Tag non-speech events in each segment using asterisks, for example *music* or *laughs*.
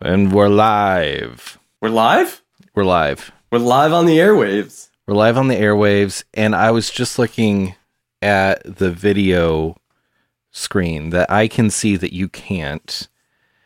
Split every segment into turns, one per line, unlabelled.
And we're live.
We're live?
We're live.
We're live on the airwaves.
We're live on the airwaves. And I was just looking at the video screen that I can see that you can't.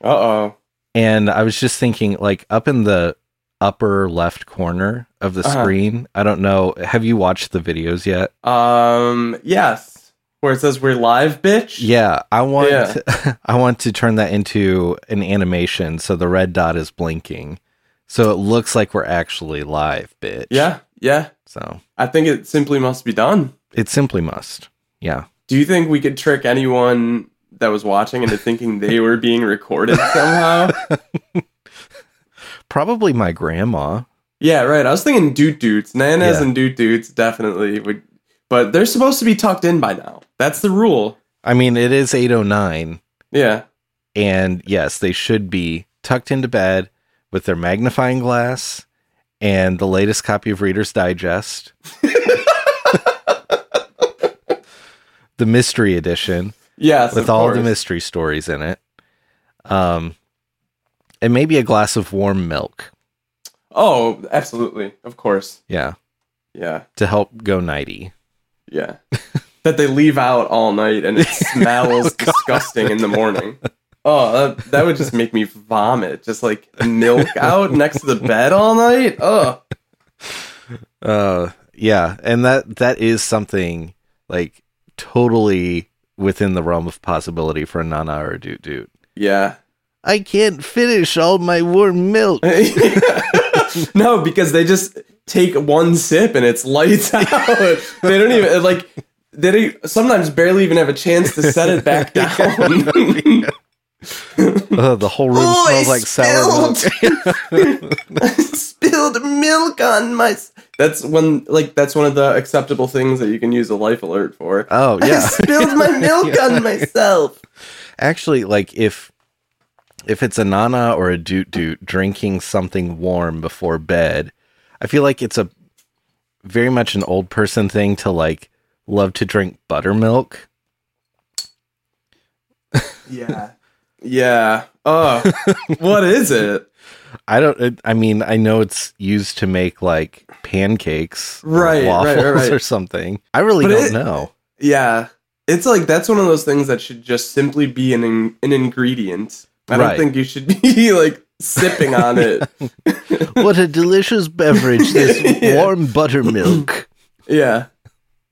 Uh oh.
And I was just thinking, like, up in the upper left corner of the
Uh-huh.
screen, I don't know. Have you watched the videos yet?
Um, yes. Where it says we're live, bitch?
Yeah, I want
Yeah.
*laughs* I want to turn that into an animation so the red dot is blinking. So it looks like we're actually live, bitch.
Yeah, yeah.
So
I think it simply must be done.
it simply must. Yeah.
Do you think we could trick anyone that was watching into
*laughs*
thinking they were being recorded somehow?
Probably my grandma.
Yeah, right. I was thinking doot doots. Nanas
Yeah.
and doot doots definitely would but they're supposed to be tucked in by now. That's the rule.
I mean, it is 809
Yeah.
and yes, they should be tucked into bed with their magnifying glass and the latest copy of Reader's Digest. *laughs* the mystery edition.
Yes.
with
of
all the
course.
mystery stories in it. Um, and maybe a glass of warm milk.
Oh, absolutely. Of course.
Yeah,
Yeah.
to help go nighty.
Yeah. *laughs* that they leave out all night and it smells disgusting in the morning. Oh, that, that would just make me vomit. Just like milk out next to the bed all night. Oh,
Uh, yeah, and that that is something like totally within the realm of possibility for a Nana or a Doot Doot.
yeah. *laughs*
I can't finish all my warm milk.
no, because they just take one sip and it's lights out. they don't even like they don't, sometimes barely even have a chance to set it back down.
*laughs* Ugh, the whole room
Oh,
smells like sour milk.
*laughs* I spilled milk on my. s- That's one like that's one of the acceptable things that you can use a life alert for.
Oh yeah, *laughs*
spilled my milk on myself.
actually like if if it's a nana or a doot doot drinking something warm before bed i feel like it's a very much an old person thing to like love to drink buttermilk
Yeah. Yeah.
*laughs*
Oh, what is it?
i don't it- i mean i know it's used to make like pancakes or
Right, right, right,
waffles *laughs*
right.
or something i really
But
don't
it-
know
Yeah. It's like that's one of those things that should just simply be an in- an ingredient. I
Right.
don't think you should *laughs* be like sipping on
*laughs*
it.
what a delicious
*laughs*
beverage this
Yeah.
warm buttermilk
yeah.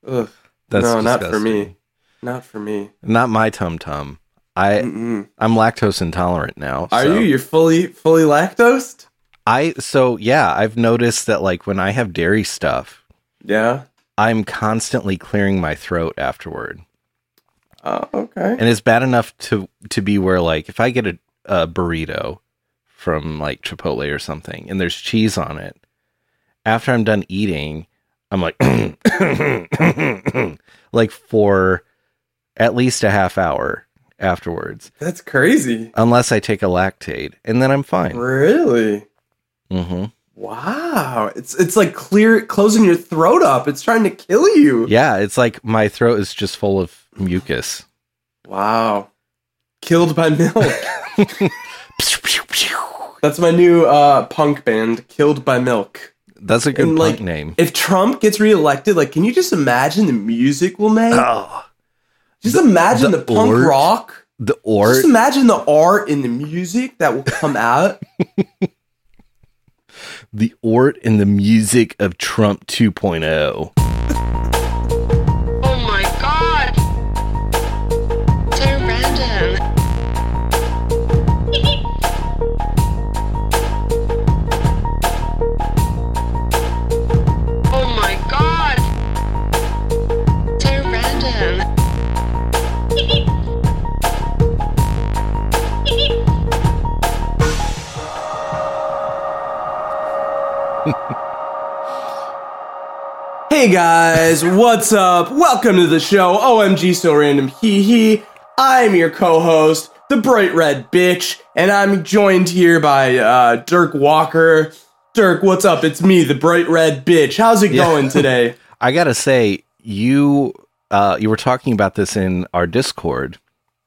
Ugh.
that's
no, not for
disgusting.
me. Not for me.
not my tum tum i
Mm-mm.
i'm lactose intolerant now
Mm. Are
so-
you? You're fully fully lactose?
I so yeah, I've noticed that like when I have dairy stuff,
Yeah.
I'm constantly clearing my throat afterward.
Oh, okay.
And it's bad enough to to be where like if I get a, a burrito from like Chipotle or something and there's cheese on it, after I'm done eating, I'm like *coughs* like for at least a half hour afterwards,
That's crazy.
unless I take a lactate, and then I'm fine.
Really?
hmm
Wow. It's it's like clear closing your throat up. It's trying to kill you.
Yeah, it's like my throat is just full of mucus.
Wow. Killed
*laughs*
by milk. That's my new uh, punk band, Killed by Milk.
That's a good
And,
punk
like-
name.
If Trump gets reelected, like, can you just imagine the music we'll make?
Oh,
just imagine
the
the, punk
art.
rock.
the art.
Just imagine the art and the music that will come out.
the art and the music of Trump 2.0.
Oh my god! So random. *laughs* oh my god! So random.
Hey guys, what's up? Welcome to the show. OMG, so random. Hee hee. I'm your co-host, the bright red bitch, and I'm joined here by uh, Dirk Walker. Dirk, what's up? It's me, the bright red bitch. How's it going today?
*laughs* I gotta say, you uh, you were talking about this in our Discord.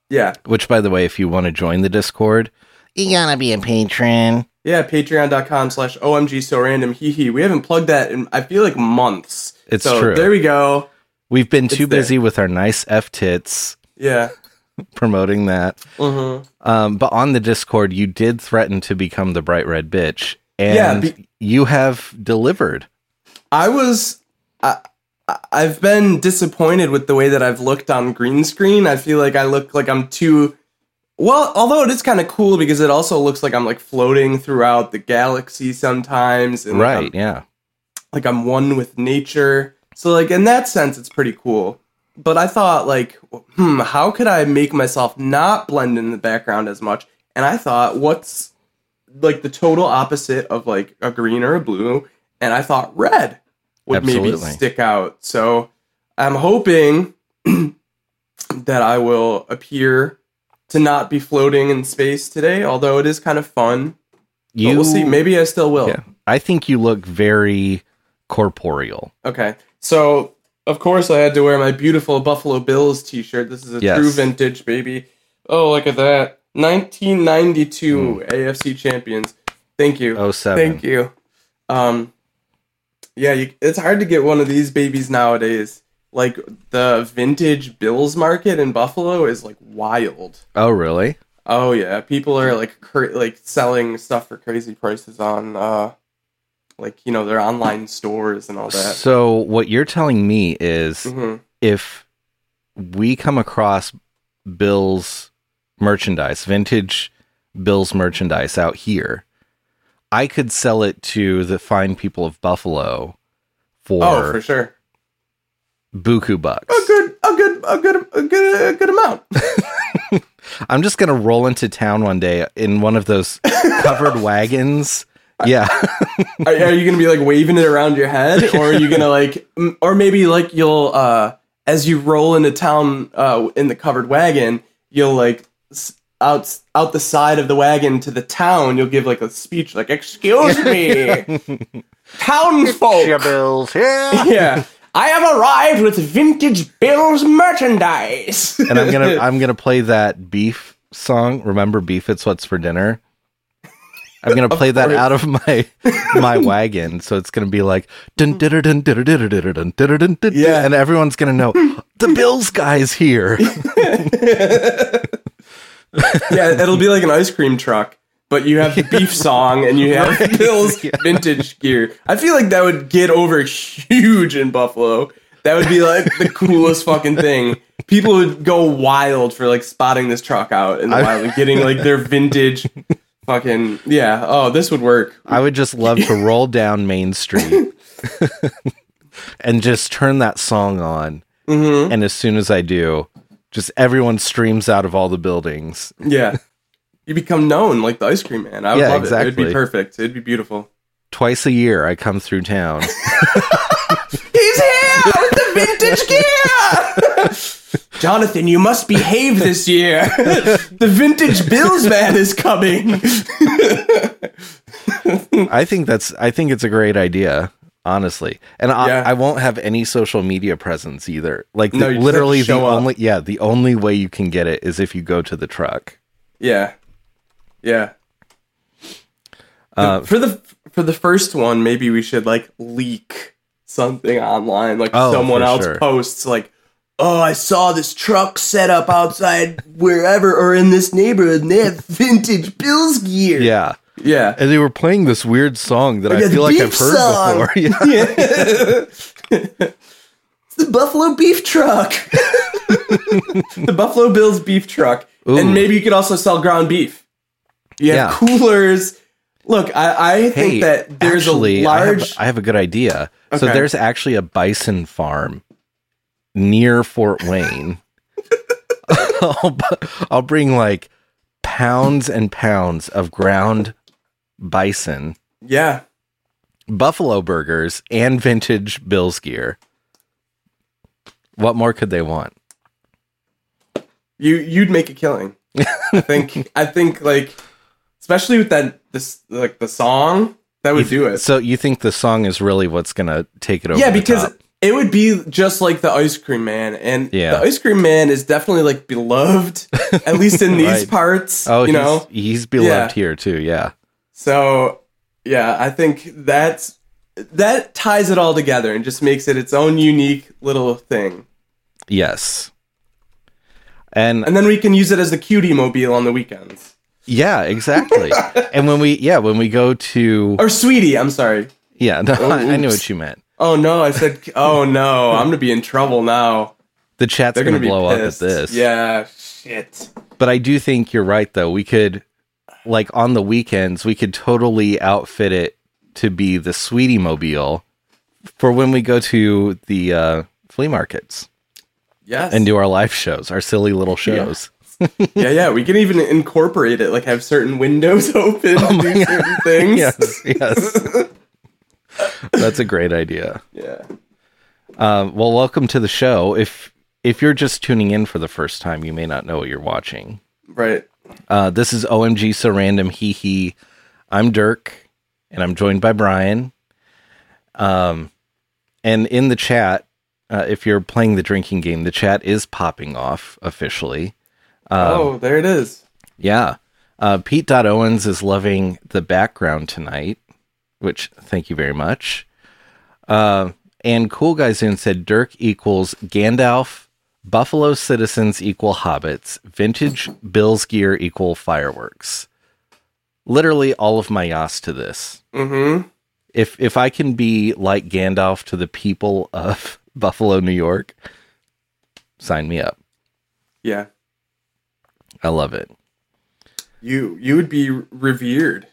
Yeah.
Which, by the way, if you want to join the Discord, You gotta be a patron.
Yeah, patreon.com slash OMG so random. Hee hee. We haven't plugged that in, I feel like, months.
It's
so
true.
There we go.
We've been too
It's there.
busy with our nice F tits
Yeah.
promoting that.
Mm-hmm.
Um, but on the Discord, you did threaten to become the bright red bitch, and
Yeah, be-
you have delivered.
I was. I, I- I've been disappointed with the way that I've looked on green screen. I feel like I look like I'm too. Well, although it is kind of cool because it also looks like I'm like floating throughout the galaxy sometimes, and like, I'm-
Right? Yeah.
like I'm one with nature. So like in that sense, it's pretty cool. But I thought like, hmm, how could I make myself not blend in the background as much? And I thought, what's like the total opposite of like a green or a blue? And I thought red would
Absolutely.
maybe stick out. So I'm hoping *clears throat* that I will appear to not be floating in space today, although it is kind of fun.
You
but we'll see. Maybe I still will.
Yeah. I think you look very corporeal.
Okay. So, of course, I had to wear my beautiful Buffalo Bills t shirt. This is a
Yes.
true vintage, baby. Oh, look at that. 1992 AFC champions. Thank you.
Hmm. Oh seven.
Thank you. Um, yeah, you, it's hard to get one of these babies nowadays. Like, the vintage Bills market in Buffalo is like wild.
Oh really?
Oh yeah, people are like cra- like selling stuff for crazy prices on uh like you know their online stores and all that.
So what you're telling me is
hmm
if we come across Bill's merchandise, vintage Bill's merchandise out here, I could sell it to the fine people of Buffalo for,
Oh, for sure. Oh,
buku bucks.
A good, a good, a good, a good, a good amount.
I'm just gonna roll into town one day in one of those
*laughs*
covered wagons. Yeah,
*laughs* are, are you gonna be like waving it around your head, or are you gonna like, *laughs* m- or maybe like you'll, uh, as you roll into town uh, in the covered wagon, you'll like s- out out the side of the wagon to the town. You'll give like a speech, like "Excuse *laughs* me, town folk."
bills. Yeah,
*laughs* Yeah, I have arrived with vintage Bill's merchandise. *laughs*
and I'm gonna I'm gonna play that beef song. Remember beef? It's what's for dinner. I'm gonna play that out of my my wagon, so it's gonna be like dun dun dun dun dun dun dun dun dun dun,
Yeah.
and everyone's gonna know the Bills guy's here.
yeah, it'll be like an ice cream truck, but
*laughs*
you have the beef song and you have Bill's vintage gear. I feel like that would get over huge in Buffalo. That would be like the coolest fucking thing. People would go wild for like spotting this truck out in the
I-
wild and getting like their vintage fucking yeah. Oh, this would work.
I would just love to roll down Main Street *laughs* and just turn that song on.
hmm
And as soon as I do, just everyone streams out of all the buildings.
Yeah, you become known like the ice cream man. I would
Yeah,
love it. It'd
exactly.
be perfect. It'd be beautiful.
Twice a year, I come through town.
He's here with the vintage
*laughs*
gear. Jonathan, you must behave this *laughs* year. the vintage Bills man is coming.
I think that's I think it's a great idea, honestly. And I,
Yeah.
I won't have any social media presence either. Like
No,
the-
you just have to
literally the
show up.
only yeah, the only way you can get it is if you go to the truck.
*laughs* yeah, yeah.
Uh,
for the for the first one, maybe we should like leak something online, like
Oh,
someone
for
else
sure.
posts like. Oh, I saw this truck set up outside wherever or in this neighborhood, and they have vintage Bills gear.
Yeah.
Yeah.
And they were playing this weird song that I
got
feel
Oh, the
like
beef
I've heard
song.
before. *laughs* Yeah.
it's *laughs* the Buffalo beef truck. *laughs* the Buffalo Bills beef truck.
Ooh.
And maybe you could also sell ground beef. You have
Yeah.
coolers. Look, I, I think
Hey,
that there's
actually,
a large.
I have, I have a good idea. So
Okay.
there's actually a bison farm near Fort *laughs* Wayne. I'll, bu- I'll bring like pounds and pounds of ground bison,
yeah.
buffalo burgers, and vintage Bills gear. What more could they want?
You you'd make a killing. I think I think like especially with that this like the song, that would do it.
So you think the song is really what's gonna take it over?
yeah
the
because
top?
It would be just like the ice cream man, and
Yeah.
the ice cream man is definitely
*laughs*
like beloved, at least in these
Right.
parts.
Oh,
you
he's,
know,
he's beloved
Yeah.
here too. Yeah.
so yeah, I think that's that ties it all together and just makes it its own unique little thing.
Yes. And
And then we can use it as the cutie mobile on the weekends
yeah,
*laughs*
exactly. and when we yeah when we go to
or sweetie. I'm sorry.
yeah *laughs* no, I, I knew
oops.
what you meant.
Oh no, I said. *laughs* Oh no, I'm gonna be in trouble now.
The chat's
They're
gonna,
gonna, be
blow
pissed.
up at this.
Yeah, shit.
But I do think you're right though. We could like on the weekends we could totally outfit it to be the sweetie mobile for when we go to the uh, flea markets
Yes.
and do our live shows, our silly little shows.
yeah, yeah. We can even incorporate it, like have certain windows *laughs* open to do certain things. Yeah.
Yes, yes. *laughs* That's a great idea. Um, well, welcome to the show. If if you're just tuning in for the first time, you may not know what you're watching.
Right.
Uh, this is OMG So Random Hee Hee. I'm Dirk, and I'm joined by Brian. Um, and in the chat, uh, if you're playing the drinking game, the chat is popping off officially.
oh, there it is.
Yeah. Uh, Pete Dot Owens is loving the background tonight, which thank you very much. Uh, and Cool Guy Zoon said Dirk equals Gandalf, Buffalo citizens equal hobbits, vintage Bills gear equal fireworks. Literally all of my yas to this.
Mm-hmm.
If if I can be like Gandalf to the people of *laughs* Buffalo, New York, sign me up.
Yeah.
I love it.
You you would be revered.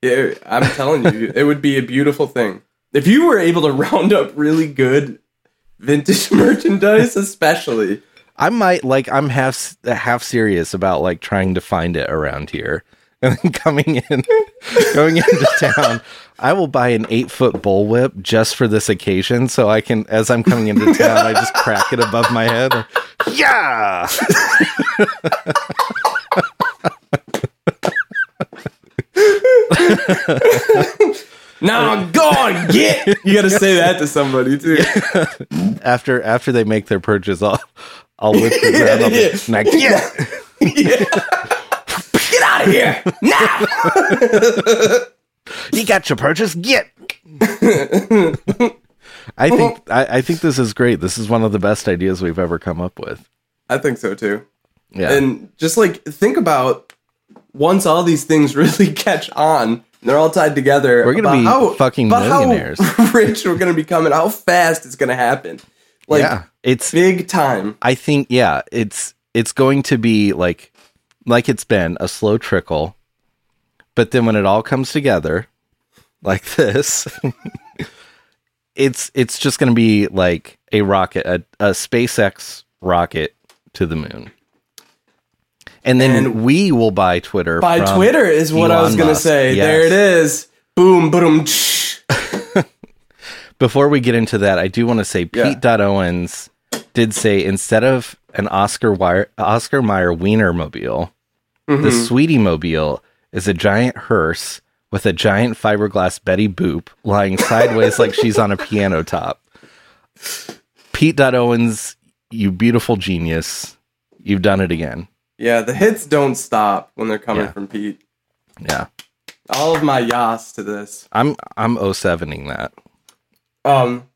Yeah, I'm telling you, *laughs* it would be a beautiful thing if you were able to round up really good vintage *laughs* merchandise, especially.
I might like I'm half s- half serious about like trying to find it around here *laughs* and then coming in *laughs* going into town. I will buy an eight foot bullwhip just for this occasion, so I can as I'm coming into town, I just crack it above my head. *laughs* Yeah. *laughs*
Now go on, get. You got to say that to somebody too.
After after they make their purchase, I'll I'll whip the ground. I'll be *laughs* like, yeah.
Yeah. Get out of here now.
You got your purchase.
*laughs*
Get. I think I, I think this is great. This is one of the best ideas we've ever come up with.
I think so too.
Yeah.
And just like think about once all these things *laughs* really catch on, and they're all tied together.
We're gonna
about
be fucking
about how
millionaires.
*laughs* rich we're gonna become and how fast it's gonna happen. Like
yeah. It's
big time.
I think yeah, it's it's going to be like like it's been a slow trickle, but then when it all comes together like *laughs* this, it's it's just going to be like a rocket, a, a SpaceX rocket to the moon. And then
And-
we will buy Twitter.
By
from-
Twitter is what I
Elon
was gonna
Musk,
say.
yes.
There it is. Boom, boom. tsh.
Before we get into that, I do want to say
Yeah.
Pete Dot Owens did say instead of an Oscar Wire, Oscar Mayer Wiener mobile, the Sweetie mobile is a giant hearse with a giant fiberglass Betty Boop lying sideways like she's on a piano top. Pete Dot Owens, you beautiful genius, you've done it again.
Yeah, the hits don't stop when they're coming
Yeah.
from Pete.
Yeah,
All of my yas to this.
I'm I'm 07ing that.
Um,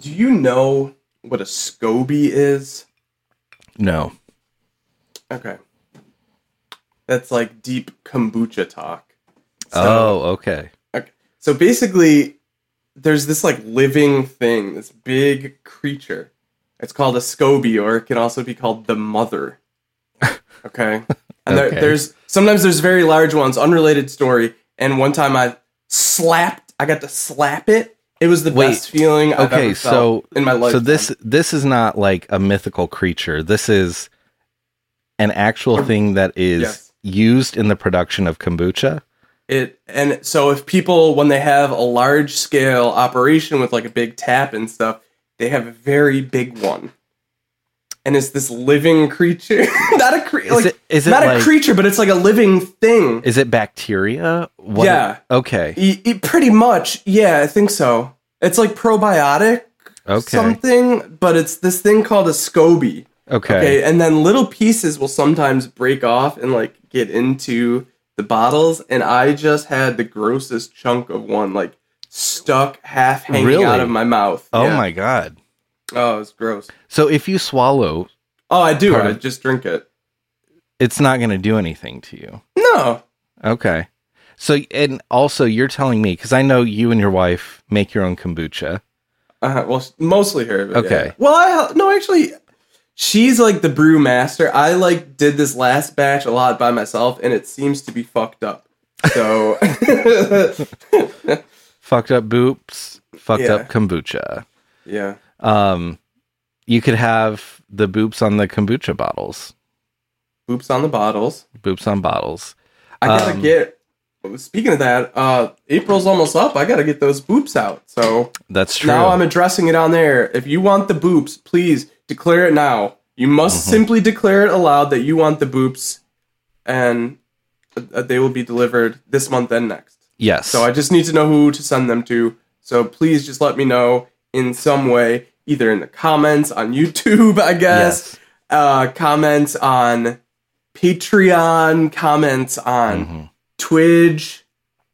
do you know what a SCOBY is?
No,
Okay. That's like deep kombucha talk.
oh okay,
Okay. So basically, there's this like living thing, this big creature. It's called a SCOBY, or it can also be called
*laughs*
the mother. Okay. And There,
Okay.
there's sometimes there's very large ones, unrelated story. And one time I slapped, I got to slap it. It was the
Wait.
best feeling I've
okay.
ever
So
felt in my life.
So this this is not like a mythical creature. This is an actual thing that is
Yes.
used in the production of kombucha.
It and so if people when they have a large scale operation with like a big tap and stuff, they have a very big one. And it's this living creature, *laughs* not a cre- like,
it- is it
not
like-
a creature, but it's like a living thing.
Is it bacteria? What
Yeah.
Okay.
E- e- pretty much, yeah, I think so. It's like probiotic
Okay.
something, but it's this thing called a SCOBY.
okay.
Okay, and then little pieces will sometimes break off and like get into the bottles, and I just had the grossest chunk of one like stuck half hanging
Really?
out of my mouth.
Oh
Yeah.
my god.
Oh, it's gross.
So if you swallow,
Oh, I do.
Part
I
of-
just drink it.
it's not going to do anything to you.
No.
Okay. So and also you're telling me cuz I know you and your wife make your own kombucha.
Uh, well, mostly her. but
Okay.
yeah. Well, I hel- no actually, she's like the brew master. I like did this last batch a lot by myself, and it seems to be fucked up. So *laughs*
Fucked up boops, fucked
Yeah.
up kombucha.
yeah,
Um you could have the boops on the kombucha bottles.
oops on the bottles.
Boops on bottles.
I gotta
Um,
get. Speaking of that, uh, April's almost up. I gotta get those boops out. So
That's true.
now I'm addressing it on there. If you want the boops, please declare it now. You must
Mm-hmm.
simply declare it aloud that you want the boops, and uh, they will be delivered this month and next.
yes.
So I just need to know who to send them to. So please just let me know in some way, either in the comments on *laughs* YouTube, I guess,
yes.
uh, comments on Patreon, comments on
Mhm.
Twitch,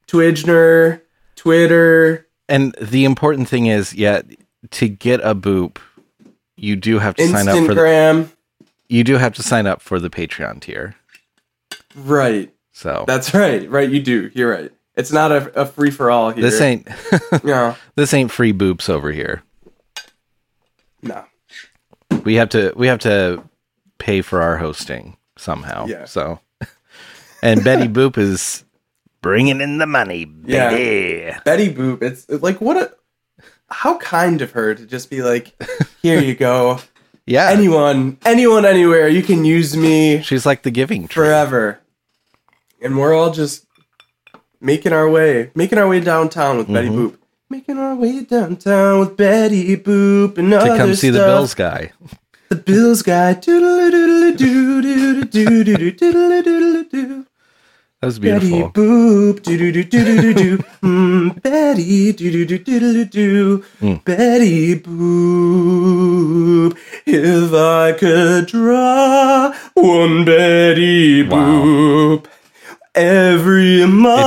Twidgener, Twitter,
And the important thing is, yeah, to get a boop, you do have to sign up for the,
Instagram.
you do have to sign up for the Patreon tier.
Right.
So
That's right. Right. You do. You're right. It's not a, a free for all here.
this ain't *laughs*
No.
this ain't free boops over here.
No.
We have to we have to pay for our hosting somehow.
Yeah.
So *laughs* and
*laughs*
Betty Boop is bringing in the money,
Yeah.
baby.
Betty Boop. It's it's like what a. How kind of her to just
*laughs*
be like, here you go.
Yeah.
anyone, anyone, anywhere, you can use me
She's like the giving tree.
uh, forever. And we're all just making our way, making our way downtown with Betty Boop. Making our way downtown with Betty Boop and
to
other
come see the
stuff.
Bills guy.
The Bills guy. Doodle-doodle-doo-doo-doo-doo-doo-doo-doo-doo-doo.
That was
Betty
beautiful.
Boop. Doo-doo-doo-doo-doo-doo.
*laughs*
Mm, Betty. Doo-doo-doo-doo-doo-doo.
Hmm.
Betty Boop. If I could draw one Betty
Wow.
Boop. Every month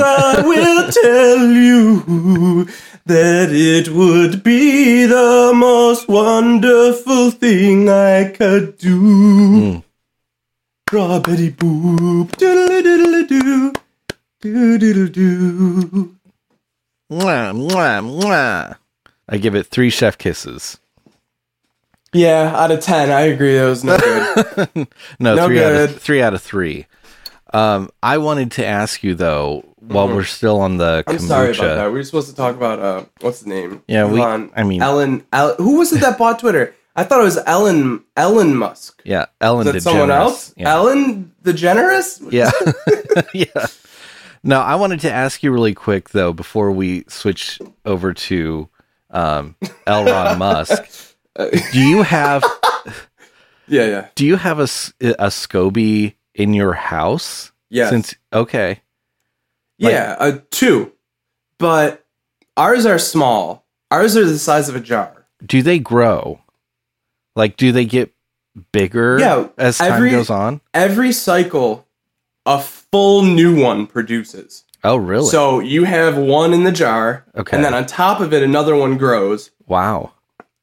on.
I will tell you that it would be the most wonderful thing I could do.
Hmm.
Draw Betty Boop. Doodle-doodle-doo. Doodle-doo.
Mwah, mwah, mwah. I give it three chef kisses.
Yeah, out of 10, I agree. That was
*laughs*
not good.
No,
No
three out
good.
of three out of three. Um, I wanted to ask you though, while we're still on the
Mm-hmm. I'm
kombucha.
sorry about that. We were supposed to talk about, uh, what's the name?
Yeah, we-
Elon-
I mean-
Ellen, Ellen. Who was it that bought Twitter? I thought it was Ellen, Ellen Musk.
Yeah, Ellen.
Is that someone
DeGeneres.
else?
Yeah.
Ellen the Generous?
*laughs* Yeah. *laughs* yeah. No, I wanted to ask you really quick though before we switch over to um,
*laughs*
Elon Musk. Do you have
Yeah, yeah.
do you have a s- a SCOBY in your house?
Yes.
Since okay, like-
yeah, uh, two. But ours are small. Ours are the size of a jar.
do they grow? Like, do they get bigger?
Yeah,
as time
every-
goes on.
Every cycle, a full new one produces.
Oh, really?
So you have one in the jar,
Okay.
and then on top of it, another one grows,
wow.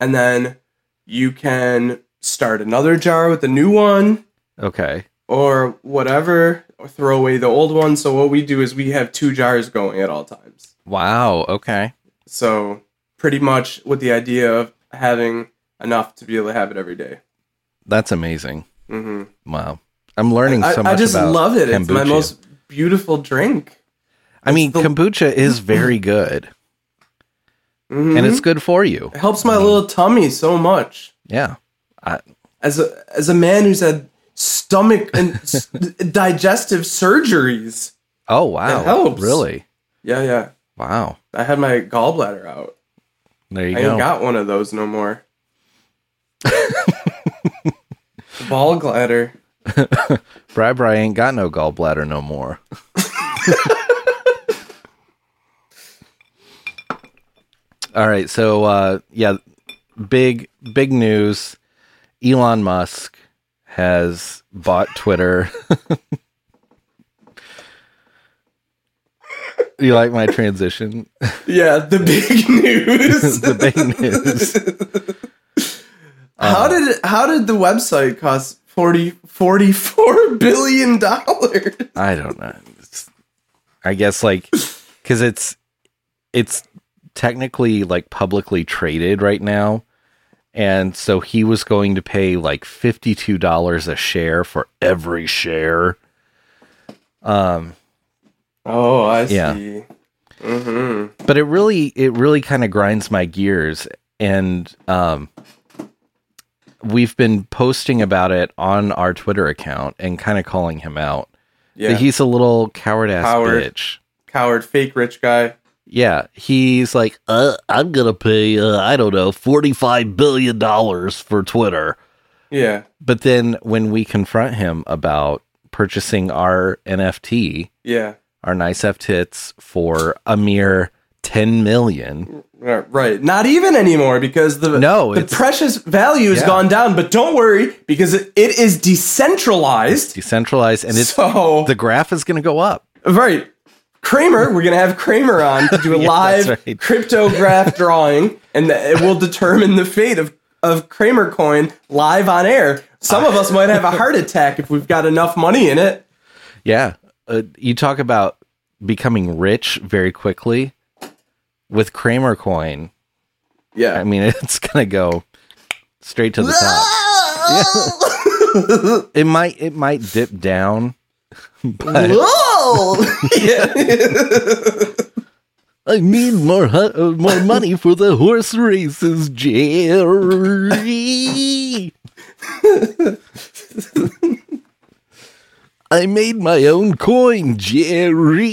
and then you can start another jar with a new one
Okay.
or whatever, or throw away the old one. So what we do is we have two jars going at all times.
Wow. Okay.
So pretty much with the idea of having enough to be able to have it every day.
That's amazing.
Mm-hmm.
Wow. I'm learning
I,
so much.
I just
about
love it. It's my
kombucha.
most beautiful drink.
I mean,
the-
kombucha is
*laughs*
very good,
Mhm.
and it's good for you.
it helps my
Mm.
little tummy so much.
Yeah.
As a as a man who's had stomach and
*laughs*
s- digestive surgeries.
Oh wow.
It helps.
Really.
Yeah, yeah.
Wow.
I had my gallbladder out.
There you
I
go.
ain't got one of those
*laughs*
no more. Ball gladder.
Bri Bri ain't got no gallbladder no more. *laughs* All right. So uh, yeah, big big news. Elon Musk has bought Twitter. *laughs* you like my transition? *laughs*
Yeah, the big *laughs* news.
the big news.
how did how did the website cost 40, 44 *laughs* billion dollars?
I don't know. It's, I guess like because it's it's technically like publicly traded right now, and so he was going to pay like fifty two dollars a share for every share. Um,
Oh, I
Yeah.
see. Mm-hmm.
but it really it really kind of grinds my gears, and um, we've been posting about it on our Twitter account and kind of calling him out.
Yeah.
That he's a little coward ass
Coward.
bitch.
Coward, fake rich guy.
Yeah, he's like, uh, I'm gonna pay, uh, I don't know, forty-five billion dollars for Twitter.
Yeah.
But then when we confront him about purchasing our NFT,
Yeah.
our nice F tits for a mere ten million,
Right, Uh, right. Not even anymore because the
No,
the
it's-
precious value has
Yeah.
gone down. But don't worry because it, it is decentralized.
decentralized, and it's
so
the graph is gonna go up.
right, Kramer. We're gonna have Kramer on to
*laughs*
do a
that's
live
right. *laughs*
cryptograph drawing, and it will determine the fate of of Kramer coin live on air. Some of us might have a heart attack if we've got enough money in it.
Yeah, uh, you talk about becoming rich very quickly with Kramer Coin.
Yeah.
I mean, *laughs* it's gonna go straight to the top. *laughs* It might it might dip down. But
*laughs* Whoa! Yeah.
I need more hu- uh, more *laughs* money for the horse races, Jerry. I made my own coin, Jerry.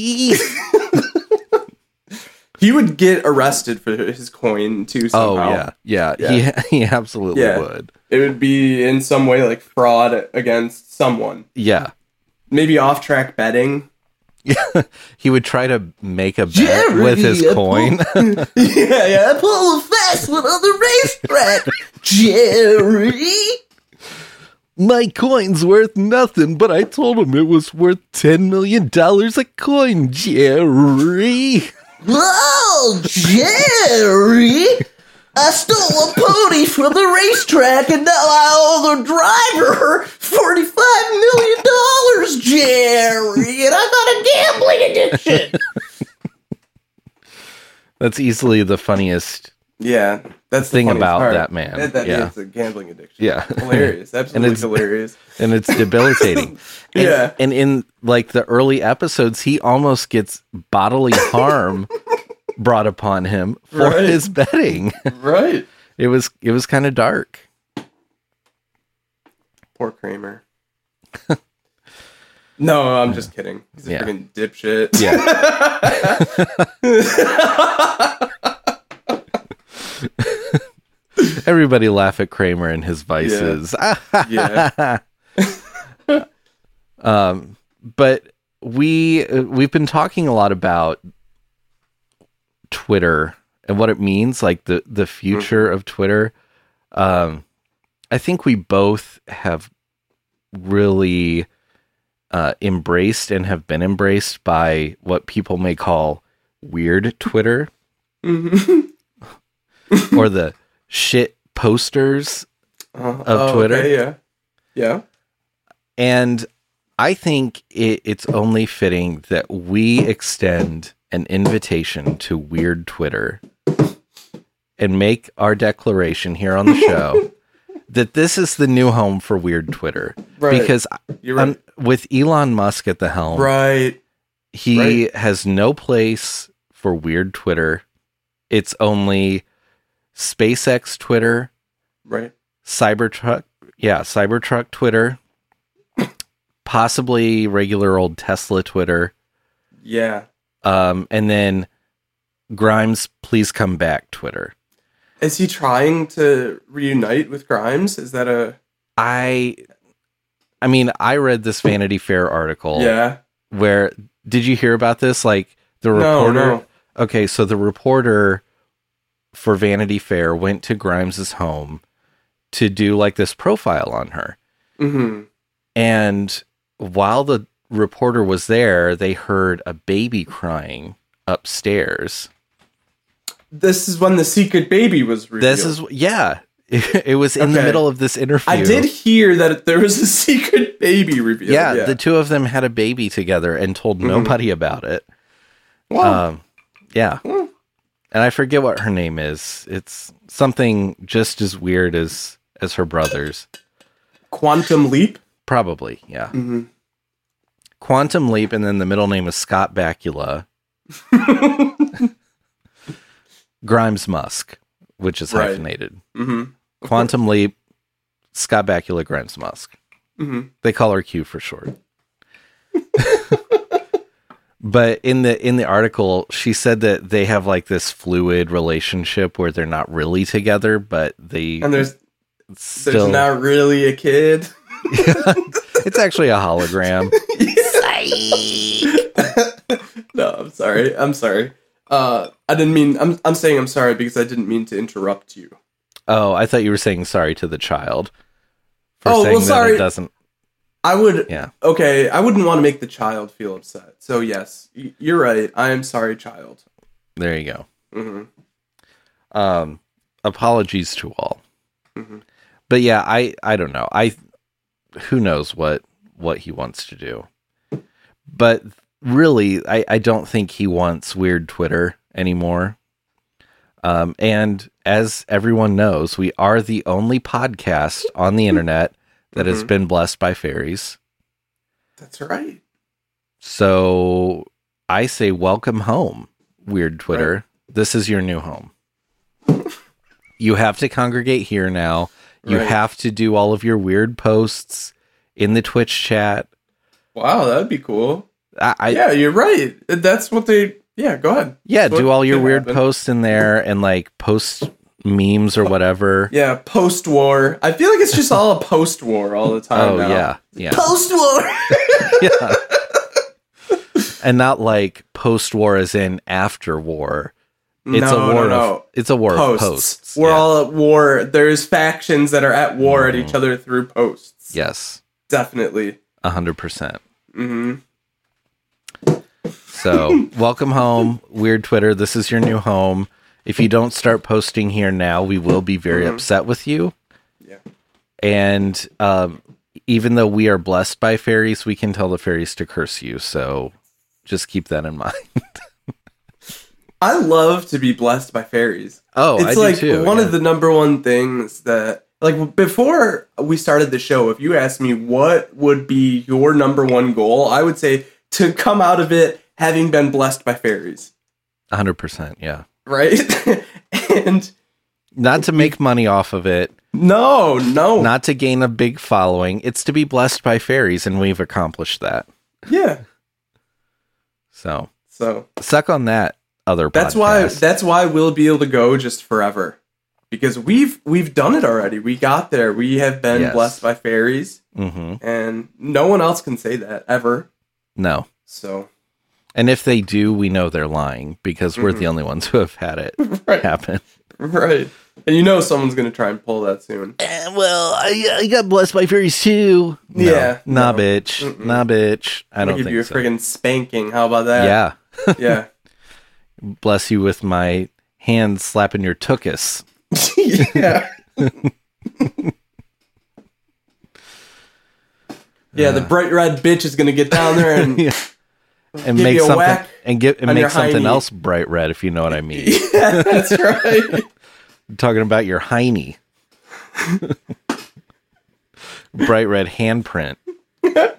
he would get arrested for his coin too.
Oh
Somehow.
yeah, yeah, *laughs* He he absolutely
Yeah.
would.
it would be in some way like fraud against someone.
Yeah,
Maybe off track betting.
he would try to make a bet with his *laughs*
Jerry,
coin.
yeah, yeah. Pull the fast one on the racetrack, Jerry.
my coin's worth nothing, but I told him it was worth ten million dollars a coin, Jerry.
Whoa, Jerry! I stole a pony from the racetrack and now I owe the driver $45 million, Jerry! And I got a gambling addiction!
That's easily the funniest
Yeah, that's the
Thing
funniest
about
part.
that man.
That, that
Yeah.
it's a gambling addiction.
Yeah. *laughs*
Hilarious. Absolutely
it's-
hilarious.
and it's
*laughs*
debilitating. And-
Yeah.
And, in like the early episodes, he almost gets
*laughs*
bodily harm brought upon him for
Right.
his betting. *laughs*
right.
It was it was kind of dark.
Poor Kramer. *laughs* no, I'm just kidding. He's a
Yeah.
freaking
*laughs*
dipshit.
Yeah. Everybody laugh at Kramer and his vices. Ah,
Yeah.
um, but we uh, we've been talking a lot about Twitter and what it means, like the the future of Twitter. Um, I think we both have really uh, embraced and have been embraced by what people may call weird Twitter
Mhm.
or the shit posters
Uh,
*laughs* Of Twitter?
okay, yeah. Yeah.
And I think it, it's only fitting that we extend an invitation to Weird Twitter and make our declaration here
*laughs*
on the show that this is the new home for Weird Twitter.
Right.
Because
You're right.
um, with Elon Musk at the helm,
right.
he
Right.
has no place for Weird Twitter. It's only SpaceX Twitter,
Right.
Cybertruck, yeah, Cybertruck Twitter, possibly regular old Tesla Twitter,
Yeah.
um, and then Grimes, please come back Twitter.
Is he trying to reunite with Grimes? Is that a
I, I mean, I read this Vanity Fair article.
yeah?
Where did you hear about this? Like the
No,
reporter.
no.
Okay, so the reporter for Vanity Fair went to Grimes's home to do like this profile on her.
Mm-hmm.
And while the reporter was there, they heard a baby crying upstairs.
This is when the secret baby was revealed.
This is yeah. *laughs* It, was in the
Okay.
middle of this interview.
I did hear that there was a secret baby revealed.
Yeah,
Yeah.
the two of them had a baby together and told
Mm-hmm.
nobody about it.
Wow.
Um, yeah.
Hmm.
And I forget what her name is. It's something just as weird as as her brothers.
Quantum leap.
Probably, yeah.
Mhm.
Quantum Leap, and then the middle name is Scott Bakula. Grimes Musk, which is
Right.
hyphenated.
Mm-hmm.
Quantum Leap, Scott Bakula, Grimes Musk.
Mhm.
They call her Q for short. but in the in the article, she said that they have like this fluid relationship where they're not really together, but they
And there's there's
still.
not really a kid.
*laughs* it's actually a
*laughs*
hologram.
No, I'm sorry. I'm sorry. Uh, I didn't mean. I'm I'm saying I'm sorry because I didn't mean to interrupt you.
oh, I thought you were saying sorry to the child. For
Oh,
saying
well,
That
sorry.
it doesn't.
I would.
Yeah.
Okay. I wouldn't want to make the child feel upset. So yes, y- you're right. I am sorry, child.
There you go.
hmm
um apologies to all
Mhm.
but yeah i i don't know i who knows what what he wants to do but really i i don't think he wants weird twitter anymore um and as everyone knows we are the only podcast on the internet that has
Mhm.
been blessed by fairies
That's right.
so i say welcome home weird twitter this is your new home *laughs* you have to congregate here now. You
Right.
have to do all of your weird posts in the Twitch chat.
Wow, that'd be cool.
I, I yeah,
yeah, you're right. That's what they. Yeah, go ahead. That's
do
what
all your
could
weird
happen.
posts in there and like post memes or whatever.
Yeah, post war. I feel like it's just all a post war all the time.
oh
now.
yeah,
*laughs*
yeah,
Post war.
yeah. and not like post war as in after war. It's
no,
a war
no, no.
of it's a war
posts.
of posts.
We're
Yeah. Oh.
all at war. There's factions that are at war at each other through posts.
yes,
Definitely.
hundred percent.
hmm
So, *laughs* welcome home, Weird Twitter. This is your new home. If you don't start posting here now, we will be very upset with you.
Yeah.
And um, even though we are blessed by fairies, we can tell the fairies to curse you. So, just keep that in *laughs* mind.
I love to be blessed by fairies.
Oh,
it's
I
like
do too.
one
yeah.
of the number one things that like before we started the show, if you asked me what would be your number one goal, I would say to come out of it having been blessed by fairies.
100%. Yeah.
Right? *laughs* and
Not to make money off of it,
no, no.
not to gain a big following. It's to be blessed by fairies, and we've accomplished that.
yeah.
So,
So
suck on that other
That's why
podcast.
that's why we'll be able to go just forever. Because we've we've done it already. We got there. We have been
Yes.
blessed by fairies
hmm
and no one else can say that ever.
No.
So
And if they do, we know they're lying because we're the only ones who have had it
Mm-hmm. *laughs* Right.
happen.
Right. And you know someone's gonna try and pull that soon.
Eh, well, I, I got blessed by fairies too. No.
Yeah,
Nah,
no.
bitch.
Mm-mm.
Nah, bitch. I
I'm
don't
gonna give you a
think so.
friggin' spanking. How about that?
yeah.
Yeah.
Bless you with my hand slapping your tuchus.
Yeah.
*laughs*
yeah. *laughs* the bright red bitch is gonna get down there and
*laughs* Yeah. And
Give
make
you a
something
whack
and give and
on
make
your
something
hiney.
else bright red if you know what I mean.
*laughs* Yeah, that's right.
*laughs* talking about your hiney. *laughs* bright red handprint. *laughs*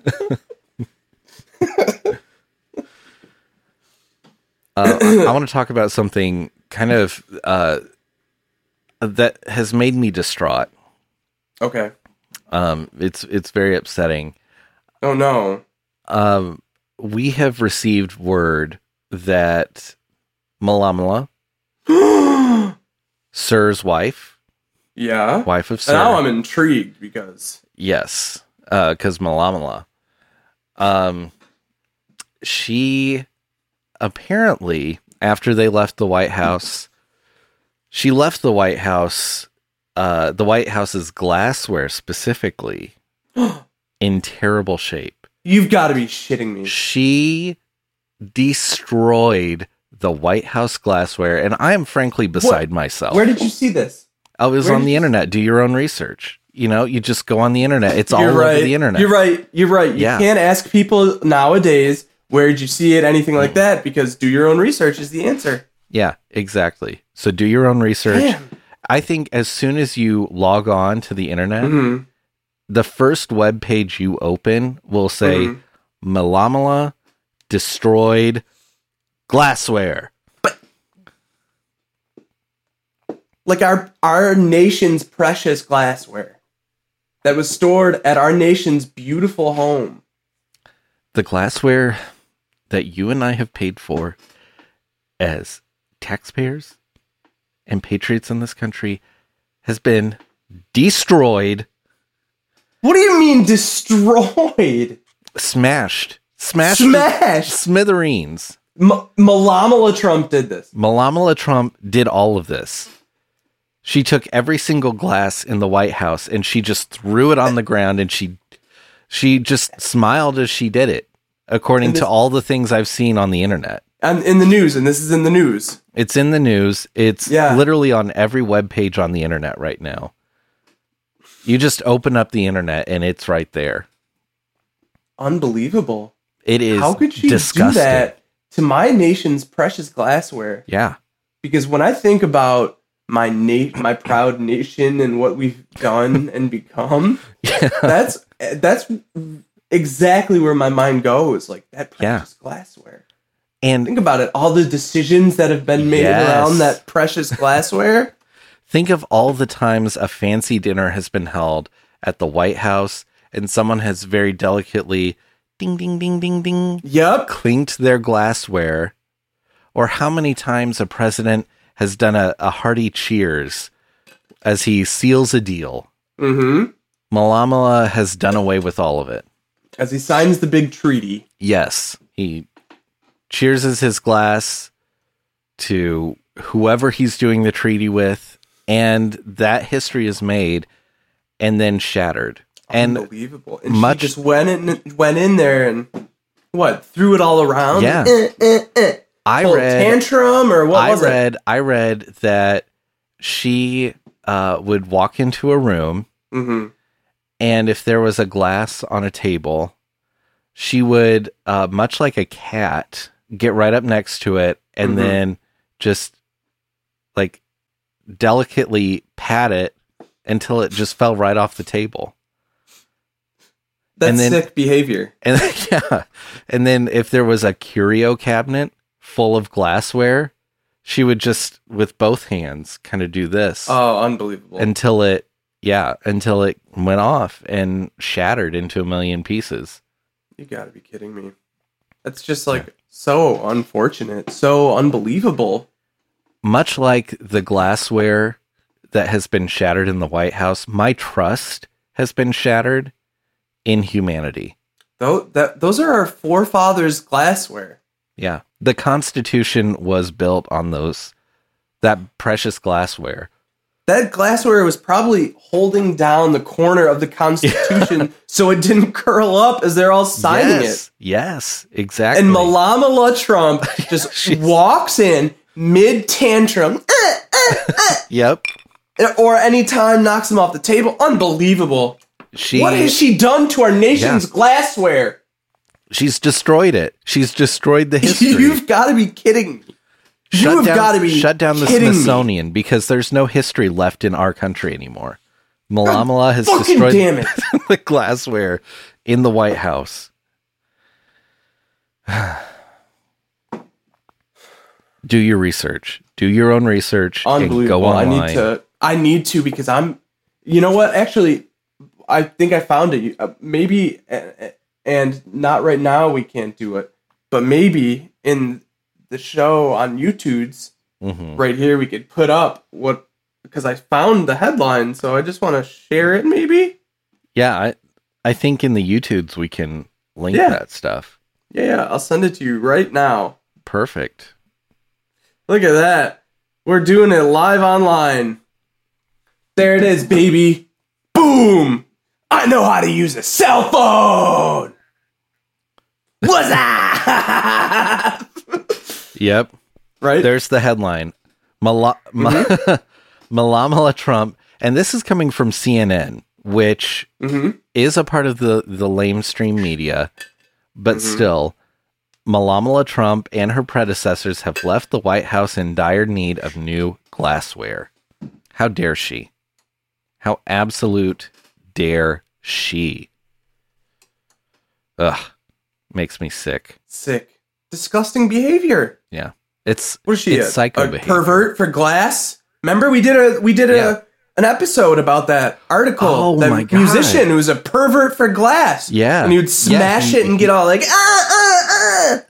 uh, I, want to talk about something kind of uh, that has made me distraught.
Okay.
Um, it's it's very upsetting. *gasps*
Oh no.
Um, we have received word that Malamala, Sir's wife,
yeah.
wife of Sir,
Now Oh, I'm intrigued because
Yes, because Malamala. Um, she apparently after they left the White House, She left the White House, uh, the White House's glassware specifically, in terrible shape.
You've got to be shitting me.
She destroyed the White House glassware, and I am frankly beside myself.
Where did you see this?
I was
where
on
did
the
you-
internet. Do your own research. You know, you just go on the internet. It's all
You're right.
over the internet.
You're right. You're right. You
Yeah.
can't ask people nowadays where'd you see it, anything like that, because do your own research is the answer.
Yeah, exactly. So do your own research. I think as soon as you log on to the internet,
Mhm.
the first web page you open will say
Mhm.
Malamala destroyed glassware.
Like our our nation's precious glassware that was stored at our nation's beautiful home.
The glassware that you and I have paid for as taxpayers and patriots in this country has been destroyed,
What do you mean destroyed?
smashed, smashed, to
Smashed.
smithereens.
M- Malamala Trump did this.
Malamala Trump did all of this. She took every single glass in the White House and she just threw it on the ground and she she just smiled as she did it, according
And
to
this-
all the things I've seen on the internet.
And in the news, and this is in the news.
It's in the news. It's
Yeah.
literally on every web page on the internet right now. You just open up the internet and it's right there.
Unbelievable.
It is
How could she
disgusting.
do that to my nation's precious glassware?
Yeah.
Because when I think about my na- my proud nation and what we've done
*laughs*
and become, that's that's exactly where my mind goes. Like that
Yeah.
precious glassware.
And
Think about it. All the decisions that have been made
Yes.
around
*laughs*
that precious glassware.
Think of all the times a fancy dinner has been held at the White House and someone has very delicately ding ding ding ding ding
yep.
clinked their glassware, or how many times a president has done a, a hearty cheers as he seals a deal.
hmm
Malamala has done away with all of it.
As he signs the big treaty.
Yes, he cheerses his glass to whoever he's doing the treaty with, and that history is made and then shattered.
Oh,
And
Unbelievable. And
much-
she just went in went in there and what threw it all around.
Yeah.
Eh, eh, eh.
I
Little
read,
tantrum or what
I
was it?
read, I read that she uh, would walk into a room,
hmm
and if there was a glass on a table, she would, uh, much like a cat, get right up next to it and
Mhm.
then just like delicately pat it until it just fell right off the table. *laughs*
That's
and then-
sick behavior.
And yeah, and then if there was a curio cabinet full of glassware, she would just with both hands kind of do this
Oh, unbelievable.
until it yeah, until it went off and shattered into a million pieces.
you gotta be kidding me. That's just like so unfortunate, so unbelievable.
much like the glassware that has been shattered in the White House, my trust has been shattered in humanity.
Though that those are our forefathers' glassware.
Yeah. The Constitution was built on those, that precious glassware.
That glassware was probably holding down the corner of the Constitution *laughs* so it didn't curl up as they're all signing it.
yes, Yes, exactly.
And
*laughs*
Malamala Trump just
She's-
walks in mid tantrum
Yep.
eh, or anytime knocks him off the table. Unbelievable.
She,
what has she done to our nation's
Yeah.
glassware?
she's destroyed it. She's destroyed
*laughs*
the history.
You've got to be kidding me. you have
down-
got to be
shut down the
kidding me.
Smithsonian because there's no history left in our country anymore. Malamala has
Fucking
destroyed
damn it.
*laughs* the glassware in the White House. *sighs* Do your research. Do your own research. and
Unbelievable.
go
I
online.
need to. I need to because I'm. You know what? Actually, I think I found it. Uh, Maybe uh, and not right now we can't do it, but maybe in the show on YouTube's
Mhm.
right here we could put up what because I found the headline, so I just want to share it. Maybe.
Yeah, I, I think in the YouTubes we can link
Yeah.
that stuff.
Yeah, I'll send it to you right now.
Perfect.
Look at that. We're doing it live online. There it is, baby. Boom! I know how to use a cell phone. What's up? *laughs*
Yep.
right?
There's the headline. Mala- Ma-
Mm-hmm.
*laughs* Malamala Trump, and this is coming from CNN, which
Mhm.
is a part of the the lamestream media, but
Mm-hmm.
still, Malamala Trump and her predecessors have left the White House in dire need of new glassware. How dare she? How absolute dare she? Ugh, makes me sick.
Sick. Disgusting behavior.
Yeah, it's
What is she?
It's
a,
psycho
a
behavior.
pervert for glass? Remember we did a we did a
Yeah.
an episode about that article.
Oh
that
my God.
musician who was a pervert for glass.
Yeah.
And he would
Yeah,
smash
he-
it and get all like ah ah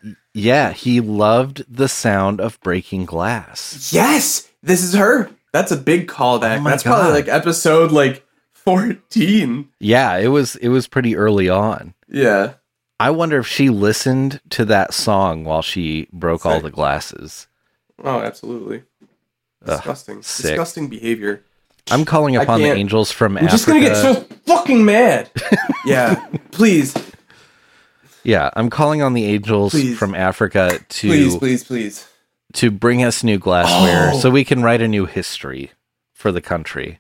ah
Yeah, he loved the sound of breaking glass.
Yes, this is her. That's a big callback.
Oh my
That's probably
God.
like episode like 14.
Yeah, it was it was pretty early on.
Yeah.
I wonder if she listened to that song while she broke all
Sick.
the glasses.
Oh, absolutely.
Ugh,
Disgusting.
sick.
Disgusting behavior.
I'm calling
I
upon the
can't.
angels from
I'm
Africa.
just going to get so fucking mad. *laughs* yeah. Please,
yeah, I'm calling on the angels
Please.
from Africa to
please, please, please.
to bring us new glassware
Oh.
so we can write a new history for the country.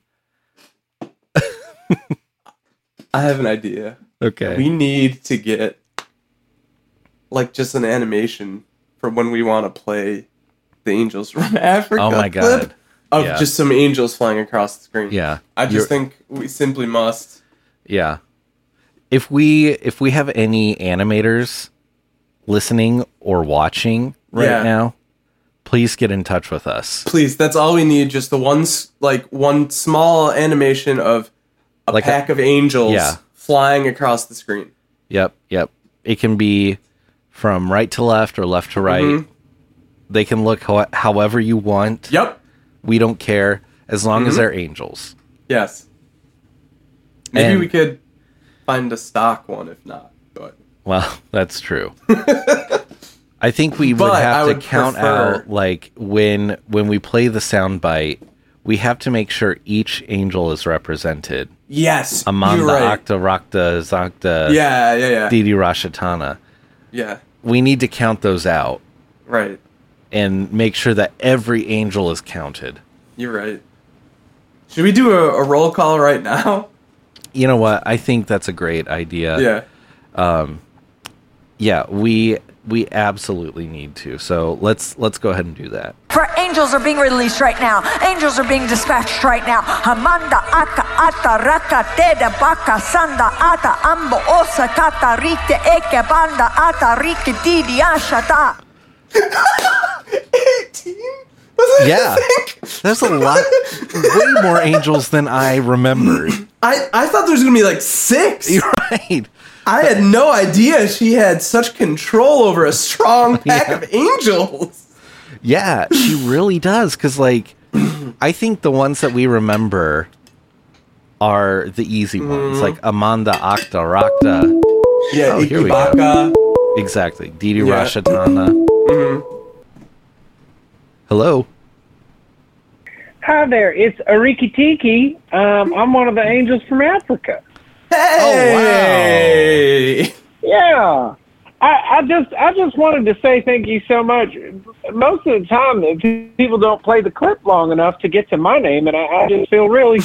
I have an idea.
Okay.
We need to get like just an animation for when we want to play the Angels *laughs* from Africa.
Oh my God.
clip Of
Yeah.
just some angels flying across the screen.
yeah.
I just
You're-
think we simply must.
Yeah. If we if we have any animators listening or watching right
Yeah.
now, please get in touch with us.
Please, that's all we need. Just the one, s- like one small animation of a
Like a-
pack of angels
Yeah.
flying across the screen.
Yep, yep. It can be from right to left or left to right.
Mhm.
They can look ho- however you want.
Yep.
We don't care as long
Mm-hmm.
as they're angels.
Yes. Maybe
And-
we could find a stock one if not. But
Well, *laughs* that's true. I think we would
But I
have to
would
count
prefer-
out like when when we play the sound bite, we have to make sure each angel is represented.
yes,
Amanda
you're right.
Akta Rakta Zakta
Yeah, yeah, yeah,
Didi Rashatana.
yeah.
We need to count those out
Right.
and make sure that every angel is counted.
You're right. Should we do a, a roll call right now? *laughs*
You know what? I think that's a great idea.
yeah.
Yeah, we we absolutely need to. So let's let's go ahead and do that.
For angels are being released right now. Angels are being dispatched right now. Hamanda aka ata raka teda baka sanda ata ambo osa kata rite eke banda ata riki didi ashata.
18? Was it?
Yeah. There's a lot way more angels than I
*laughs*
remembered.
*laughs* I, I thought there was going to be like six.
You're right.
I had no idea she had such control over a
*laughs*
strong pack
Yeah.
of angels.
Yeah, she really does. Because, like, I think the ones that we remember are the easy
Mm-hmm.
ones, like Amanda, Akta, Rakta.
Yeah,
Oh, here we
Ikebaka.
Exactly. Didi
Yeah.
Rashatana. Hello.
Hi there, it's Ariki Tiki. Um, I'm one of the angels from Africa. Oh,
Hey!
Yeah, I, I just I just wanted to say thank you so much. Most of the time, the pe- people don't play the clip long enough to get to my name, and I, I just feel really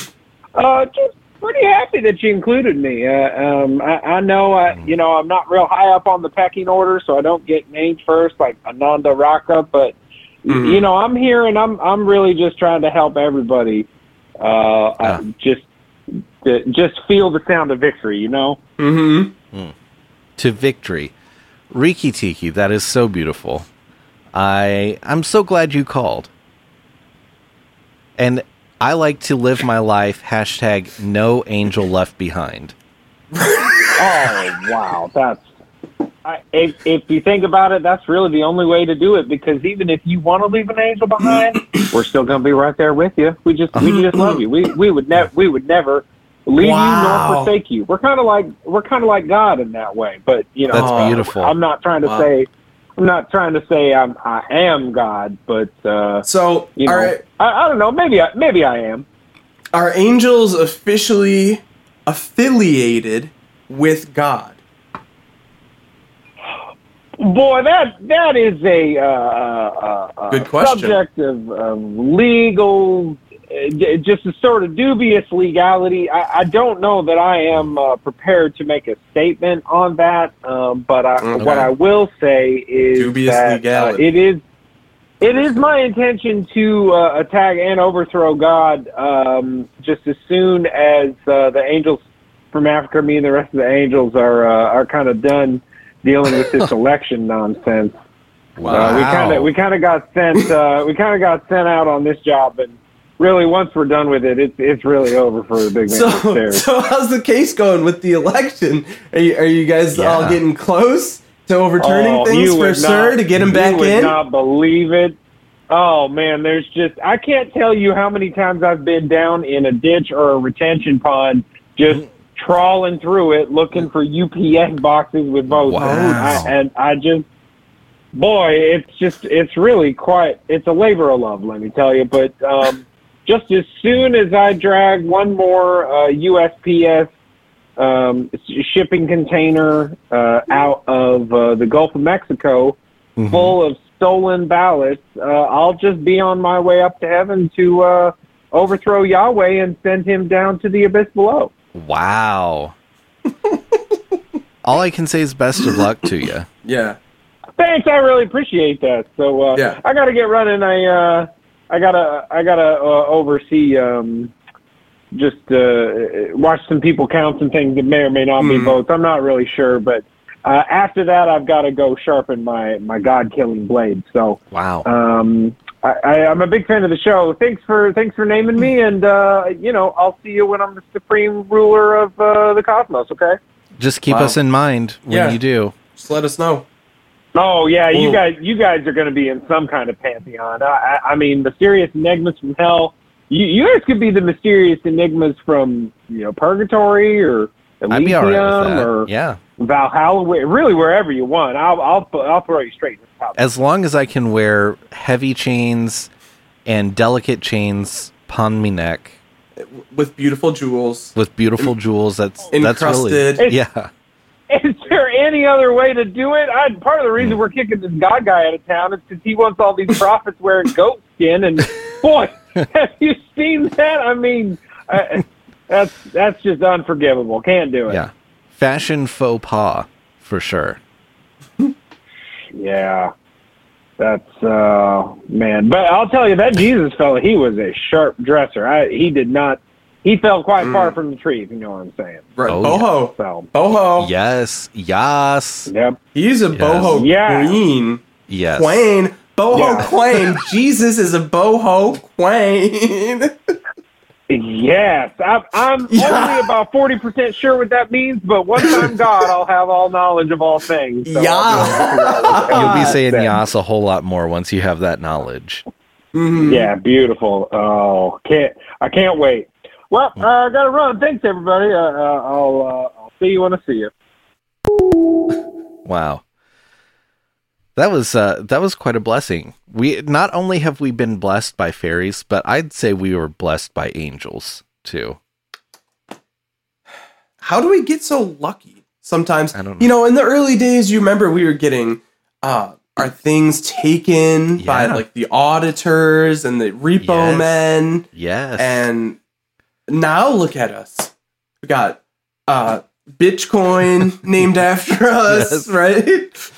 uh, just pretty happy that you included me. Uh, um, I, I know I you know I'm not real high up on the pecking order, so I don't get named first like Ananda Raka, but
Mhm.
you know I'm here and I'm I'm really just trying to help everybody. Uh,
Yeah.
I just just feel the sound of victory, you know.
Mm-hmm.
To victory. Riki Tiki, that is so beautiful. I I'm so glad you called. And I like to live my life hashtag no angel left behind.
Oh wow, that's. I, if if you think about it, that's really the only way to do it because even if you want to leave an
*clears throat*
angel behind, we're still going to be right there with you. We just we just love you. We we would never we would never leave you
Wow.
nor forsake you. We're kind of like we're kind of like God in that way. But you know,
That's
uh,
beautiful.
I'm not trying to
Wow.
say I'm not trying to say I'm I am God, but uh,
So,
you know,
are
I, I don't know. Maybe I maybe I am.
are angels officially affiliated with God?
Boy, that that is a uh, uh, uh,
Good question.
subject of, of legal, uh, j- just a sort of dubious legality. I, I don't know that I am uh, prepared to make a statement on that, um, but I,
Mm, Okay.
what I will say is
Dubious
that, uh,
legality.
it is it is my intention to uh, attack and overthrow God um, just as soon as uh, the angels from Africa, me and the rest of the angels are uh, are kind of done dealing
*laughs*
with this election nonsense. Uh, we kind of we kind of got sent uh, we kind of got sent out on this job, and really once we're done with it, it's it's really over for the big man
So, *laughs*
upstairs.
so how's the case going with the election? Are you, are you guys all
Yeah.
getting close to overturning
Oh,
things
you
for
would
sir
not-
to get him
you
back
would
in?
Not believe it. Oh man, there's just I can't tell you how many times I've been down in a ditch or a retention pond, just
Mm-hmm.
trawling through it looking for UPS boxes with votes.
Wow.
I, and I just, boy, it's just it's really quite it's a labor of love, let me tell you. But um, just as soon as I drag one more uh, USPS um, s- shipping container uh, out of uh, the Gulf of Mexico full of stolen ballots, uh, I'll just be on my way up to heaven to uh, overthrow Yahweh and send him down to the abyss below.
Wow. All I can say is best of luck to you.
yeah.
Thanks, I really appreciate that. So uh,
Yeah.
I got to get running. I uh, I gotta I gotta uh, oversee. Um, just uh, watch some people count some things that may or may not be votes. I'm not really sure, but uh, after that, I've got to go sharpen my my god killing blade. So
Wow.
um, I, I, I'm a big fan of the show. Thanks for thanks for naming me, and uh, you know I'll see you when I'm the supreme ruler of uh, the cosmos. Okay.
Just keep
wow.
us in mind when
Yeah.
you do.
Just let us know.
Oh yeah,
Ooh.
you guys you guys are going to be in some kind of pantheon. I, I, I mean, mysterious enigmas from hell. You, you guys could be the mysterious enigmas from you know purgatory or
I'd be all
Elysium
right with that.
or
yeah.
Valhalla. wh- Really, wherever you want. I'll I'll I'll throw you straight. To the top.
As long as I can wear heavy chains and delicate chains upon me neck
With beautiful jewels.
with beautiful jewels, that's that's
Encrusted.
really yeah.
Is there any other way to do it? I, part of the reason we're kicking this God guy out of town is because he wants all these prophets wearing goat skin. And boy, have you seen that? I mean, I, that's that's just unforgivable. Can't do it.
Yeah. Fashion faux pas for sure.
Yeah. That's uh man, but I'll tell you that Jesus fella, he was a sharp dresser. I he did not, he fell quite far from the tree. If you know what I'm saying.
Right.
Oh,
boho.
So
Boho.
Yes. Yes.
yep,
He's a boho
Yeah.
queen.
Yes.
Queen. Boho
Yeah.
queen. Jesus is a boho queen.
yes, I'm I'm
*laughs* Yeah.
only about forty percent sure what that means, but once
*laughs*
I'm God, I'll have all knowledge of all things. So I'll be
Yeah.
able to figure out what
You'll be saying
that-
yas a whole lot more once you have that knowledge.
Mhm.
Yeah, beautiful. Oh, can't I can't wait. Well, uh, I gotta run. Thanks everybody. Uh, uh, I'll uh, I'll see you when I see you.
Wow. That was uh, that was quite a blessing. We not only have we been blessed by fairies, but I'd say we were blessed by angels too.
how do we get so lucky sometimes
I don't
you know in the early days you remember we were getting uh our things taken by
Yeah.
like the auditors and the repo
Yes.
men
Yes.
and now look at us we got uh
*laughs*
bitcoin named after us
Yes.
right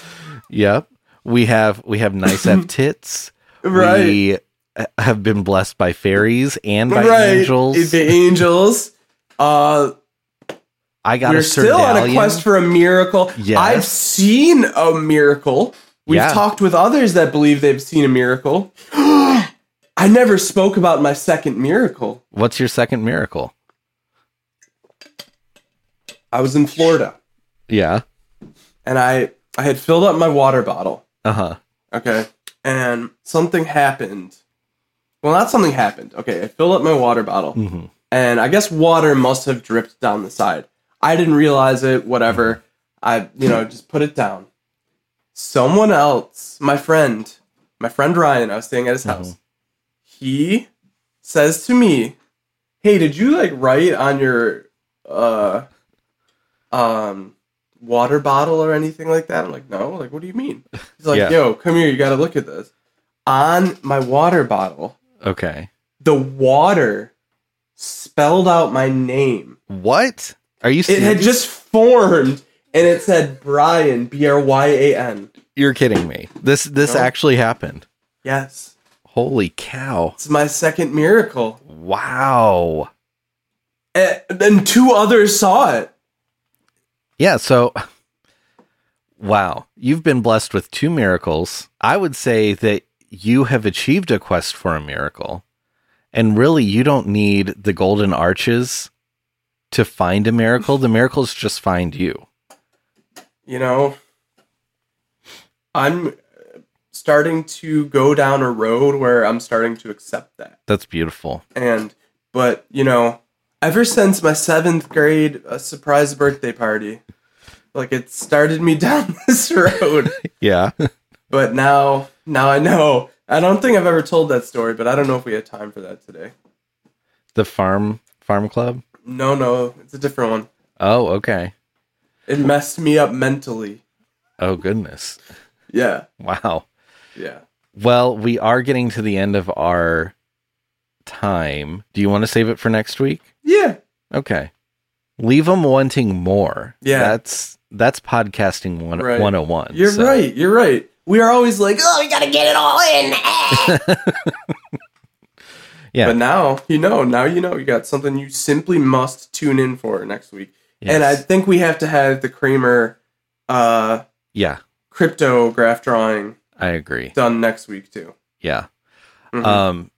yep. We have we have
*laughs*
nice F tits.
right
We uh, have been blessed by fairies and by angels.
the angels uh
I got
we're
a
still on a
serdallion.
quest for a miracle.
Yes.
I've seen a miracle. We've
Yeah.
talked with others that believe they've seen a miracle. *gasps* I never spoke about my second miracle.
What's your second miracle?
I was in Florida
Yeah.
and I I had filled up my water bottle.
Uh huh.
Okay. And something happened. Well, not something happened. Okay, I filled up my water bottle.
hmm
and I guess water must have dripped down the side. I didn't realize it, whatever. I, you know, just put it down. someone else, my friend, my friend Ryan, I was staying at his house. He says to me, "Hey, did you like write on your uh um water bottle or anything like that?" I'm like, "No." Like, what do you mean? He's like,
Yeah.
"Yo, come here. You got to look at this." On my water bottle,
Okay.
the water spelled out my name.
What? Are you
It
serious?
had just formed and it said Brian, B R Y A N.
You're kidding me. This this
No.
actually happened.
Yes.
Holy cow.
It's my second miracle.
Wow.
And then two others saw it.
Yeah, so wow. You've been blessed with two miracles. I would say that you have achieved a quest for a miracle. And really you don't need the golden arches to find a miracle. The miracles just find you.
You know, I'm starting to go down a road where I'm starting to accept that.
That's beautiful.
And, but, you know, ever since my seventh grade uh, surprise birthday party, like it started me *laughs* down this road.
Yeah.
But now, now I know. I don't think I've ever told that story, but I don't know if we had time for that today.
the farm farm club?
No, no, it's a different one.
Oh, okay.
It messed me up mentally.
Oh goodness.
Yeah,
Wow.
yeah.
Well, we are getting to the end of our time. Do you want to save it for next week?
Yeah.
Okay. Leave them wanting more.
Yeah.
That's that's podcasting one,
Right.
101.
You're
so-
right. You're right. We are always like, oh, we gotta get it all in. eh."
Yeah.
But now, you know, now you know you got something you simply must tune in for next week. And I
Yes.
think we have to have the Kramer uh,
Yeah,
cryptograph drawing
I agree.
done next week, too.
Yeah.
Mhm.
Um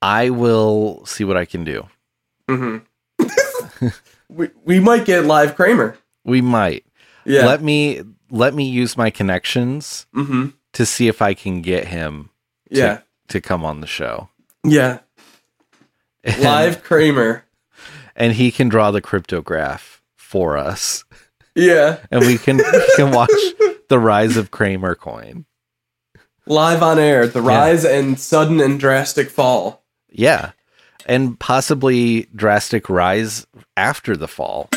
I will see what I can do.
Mm-hmm.
*laughs*
we, we might get live Kramer.
We might.
Yeah.
Let me let me use my connections
mm-hmm.
to see if I can get him to,
Yeah.
to come on the show. *laughs*
Yeah.
And-
Live Kramer.
and he can draw the cryptograph for us.
Yeah.
And we can we
*laughs*
can watch the rise of Kramer coin.
Live on air. The rise and sudden and drastic fall.
Yeah. And possibly drastic rise after the fall.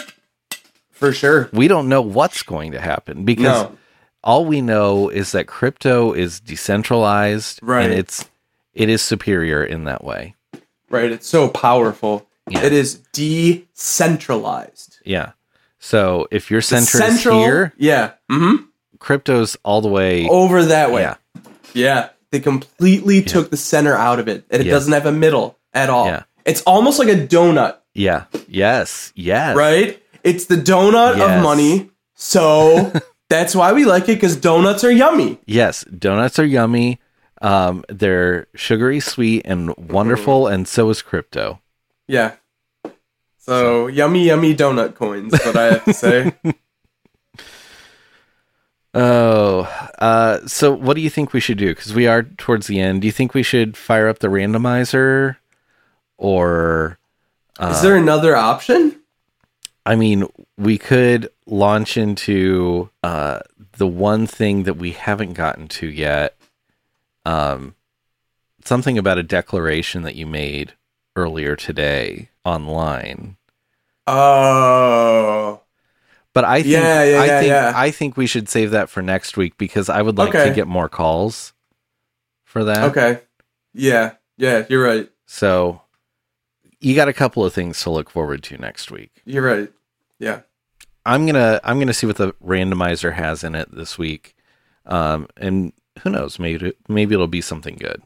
For sure.
We don't know what's going to happen because
No.
all we know is that crypto is decentralized
Right.
and it's it is superior in that way.
Right. It's so powerful.
Yeah.
It is decentralized.
Yeah. So if your
The
center is here,
Yeah. hmm
crypto's all the way
Over that way.
Yeah.
Yeah. They completely took the center out of it. And it
Yeah.
doesn't have a middle at all.
Yeah.
It's almost like a donut,
Yeah. Yes. Yes.
right? It's the donut
Yes.
of money.
*laughs*
So that's why we like it because donuts are yummy.
Yes, donuts are yummy. Um, they're sugary, sweet, and wonderful, and so is crypto.
Yeah. So yummy, yummy donut coins. What I have
*laughs*
to say.
Oh, uh, so what do you think we should do? Because we are towards the end. Do you think we should fire up the randomizer, or
Is there another option?
I mean, we could launch into uh, the one thing that we haven't gotten to yet. Um, something about a declaration that you made earlier today online.
Oh,
But I think
Yeah, yeah,
I
yeah,
think
yeah.
I think we should save that for next week because I would like
Okay.
to get more calls for that.
okay. Yeah, yeah. You're right.
So you got a couple of things to look forward to next week.
You're right. Yeah. *laughs*
I'm gonna I'm gonna see what the randomizer has in it this week, um, and who knows maybe it- maybe it'll be something good.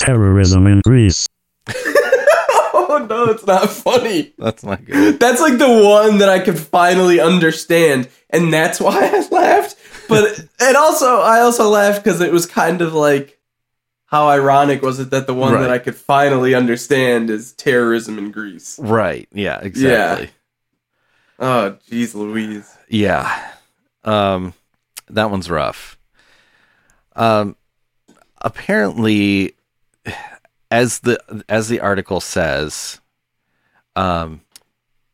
Terrorism in Greece.
Oh no, it's not funny.
That's not good.
That's like the one that I could finally understand, and that's why I *laughs* laughed. But and also I also laughed because it was kind of like, how ironic was it that the one
Right.
that I could finally understand is terrorism in Greece?
*laughs* Right? Yeah. Exactly.
Oh, jeez, Louise.
Yeah. Um that one's rough. Um apparently as the as the article says, um,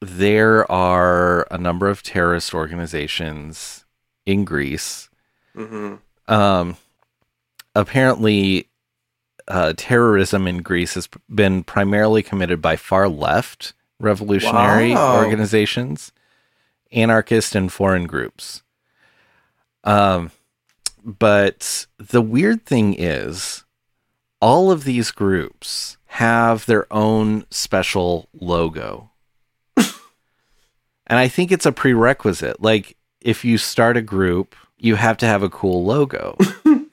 there are a number of terrorist organizations in Greece.
Mm-hmm.
Um, apparently, uh, terrorism in Greece has been primarily committed by far left revolutionary
Wow.
organizations, anarchist, and foreign groups. Um, but the weird thing is, all of these groups have their own special logo. and I think it's a prerequisite. Like, if you start a group, you have to have a cool logo. *laughs*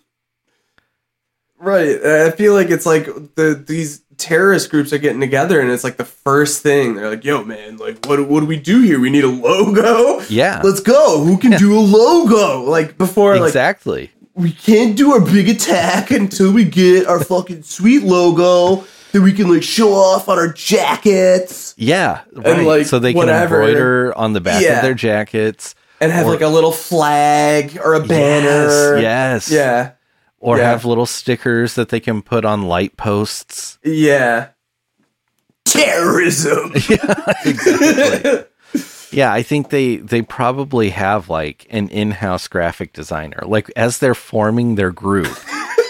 Right. I feel like it's like the these terrorist groups are getting together, and it's like the first thing they're like, "Yo, man, like, what what do we do here? We need a logo.
Yeah.
let's go. Who can do a logo? Like before, like
exactly.
we can't do our big attack until we get our fucking sweet logo that we can like show off on our jackets
Yeah. Right.
like,
so they
whatever.
can embroider on the back
Yeah.
of their jackets.
and have
Or-
like a little flag or a banner.
Yes. yes.
Yeah.
Or
yeah.
have little stickers that they can put on light posts.
Yeah.
*laughs*
Terrorism.
exactly. *laughs* yeah, I think they they probably have like an in-house graphic designer. Like as they're forming their group,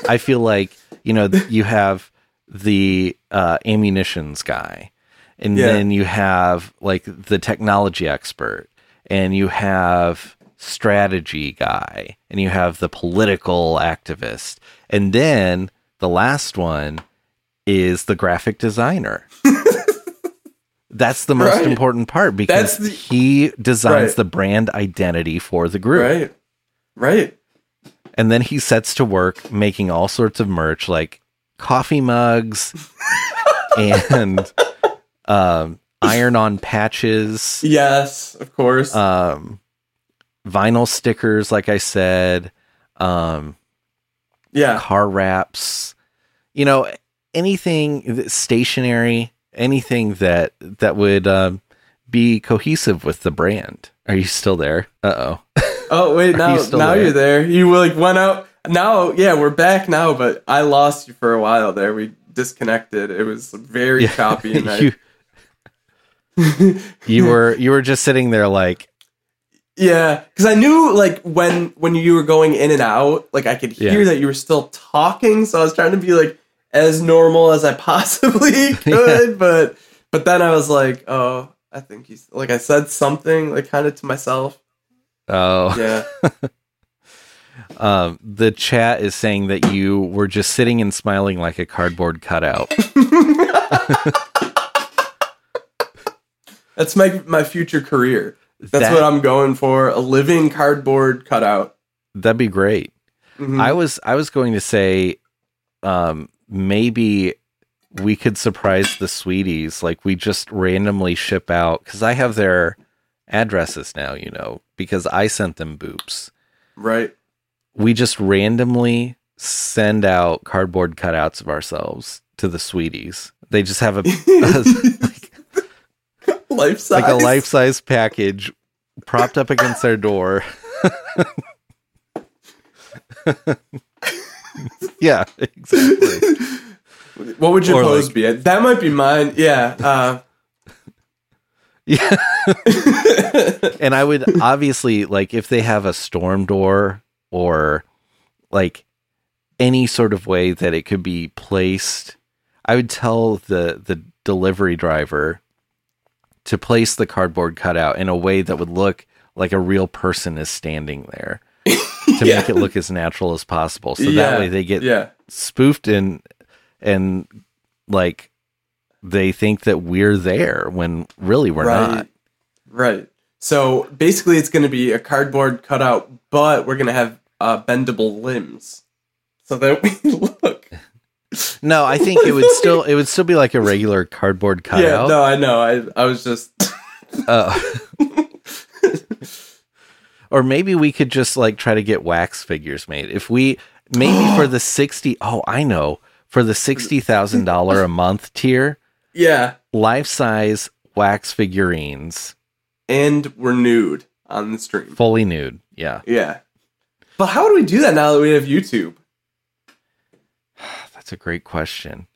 I feel like you know you have the uh, ammunitions guy, and
Yeah.
then you have like the technology expert, and you have strategy guy, and you have the political activist, and then the last one is the graphic
*laughs*
designer. That's the most
Right.
important part because
That's the-
he designs
Right.
the brand identity for the group.
right. Right.
And then he sets to work making all sorts of merch like coffee
*laughs*
mugs and um, iron on patches,
Yes, of course.
um, vinyl stickers, like I said, um,
yeah.
car wraps, you know, anything th- stationary, anything that that would um, be cohesive with the brand. Are you still there? Uh oh.
Oh wait, now
you still
now
there?
you're there. You like went out. Now, yeah, we're back now, but I lost you for a while there. We disconnected. It was very choppy and I,
*laughs* you,
*laughs*
you were you were just sitting there like
yeah, because I knew like when when you were going in and out, like I could hear
Yeah.
that you were still talking. So I was trying to be like as normal as I *laughs*
*laughs*
possibly could, but but then I was like, oh, I think he's like I said something like kind of to myself.
oh *laughs*
Yeah,
um the chat is saying that you were just sitting and smiling like a cardboard cutout
that's my my future career. That's
That-
what I'm going for. A living cardboard cutout.
that'd be great
Mhm.
i was i was going to say um maybe we could surprise the sweeties like we just randomly ship out because i have their addresses now you know because i sent them boops
right.
we just randomly send out cardboard cutouts of ourselves to the sweeties. They just have a like,
Life size.
like a life size package propped up against their door. *laughs* yeah, exactly.
What would your
or
pose
like-
be? That might be mine. Yeah. Uh,
Yeah. and I
*laughs*
would obviously like if they have a storm door or like any sort of way that it could be placed, I would tell the the delivery driver to place the cardboard cutout in a way that would look like a real person is standing
*laughs*
there to
Yeah.
make it look as natural as possible. So
yeah,
that way they get
Yeah.
spoofed and and like they think that we're there when really we're
right.
not.
Right. So basically, it's going to be a cardboard cutout, but we're going to have uh, bendable limbs, so that *laughs* we look.
No, I think it would still it would still be like a regular cardboard
*laughs* Yeah.
cutout.
No, I know. I I was just. *laughs*
Oh. *laughs* or maybe we could just like try to get wax figures made. If we
*gasps*
maybe for the sixty oh I know for the sixty thousand dollar a month tier
Yeah.
life size wax figurines
And we're nude on the stream.
fully nude. Yeah,
Yeah. But how do we do that now that we have YouTube?
that's a great question.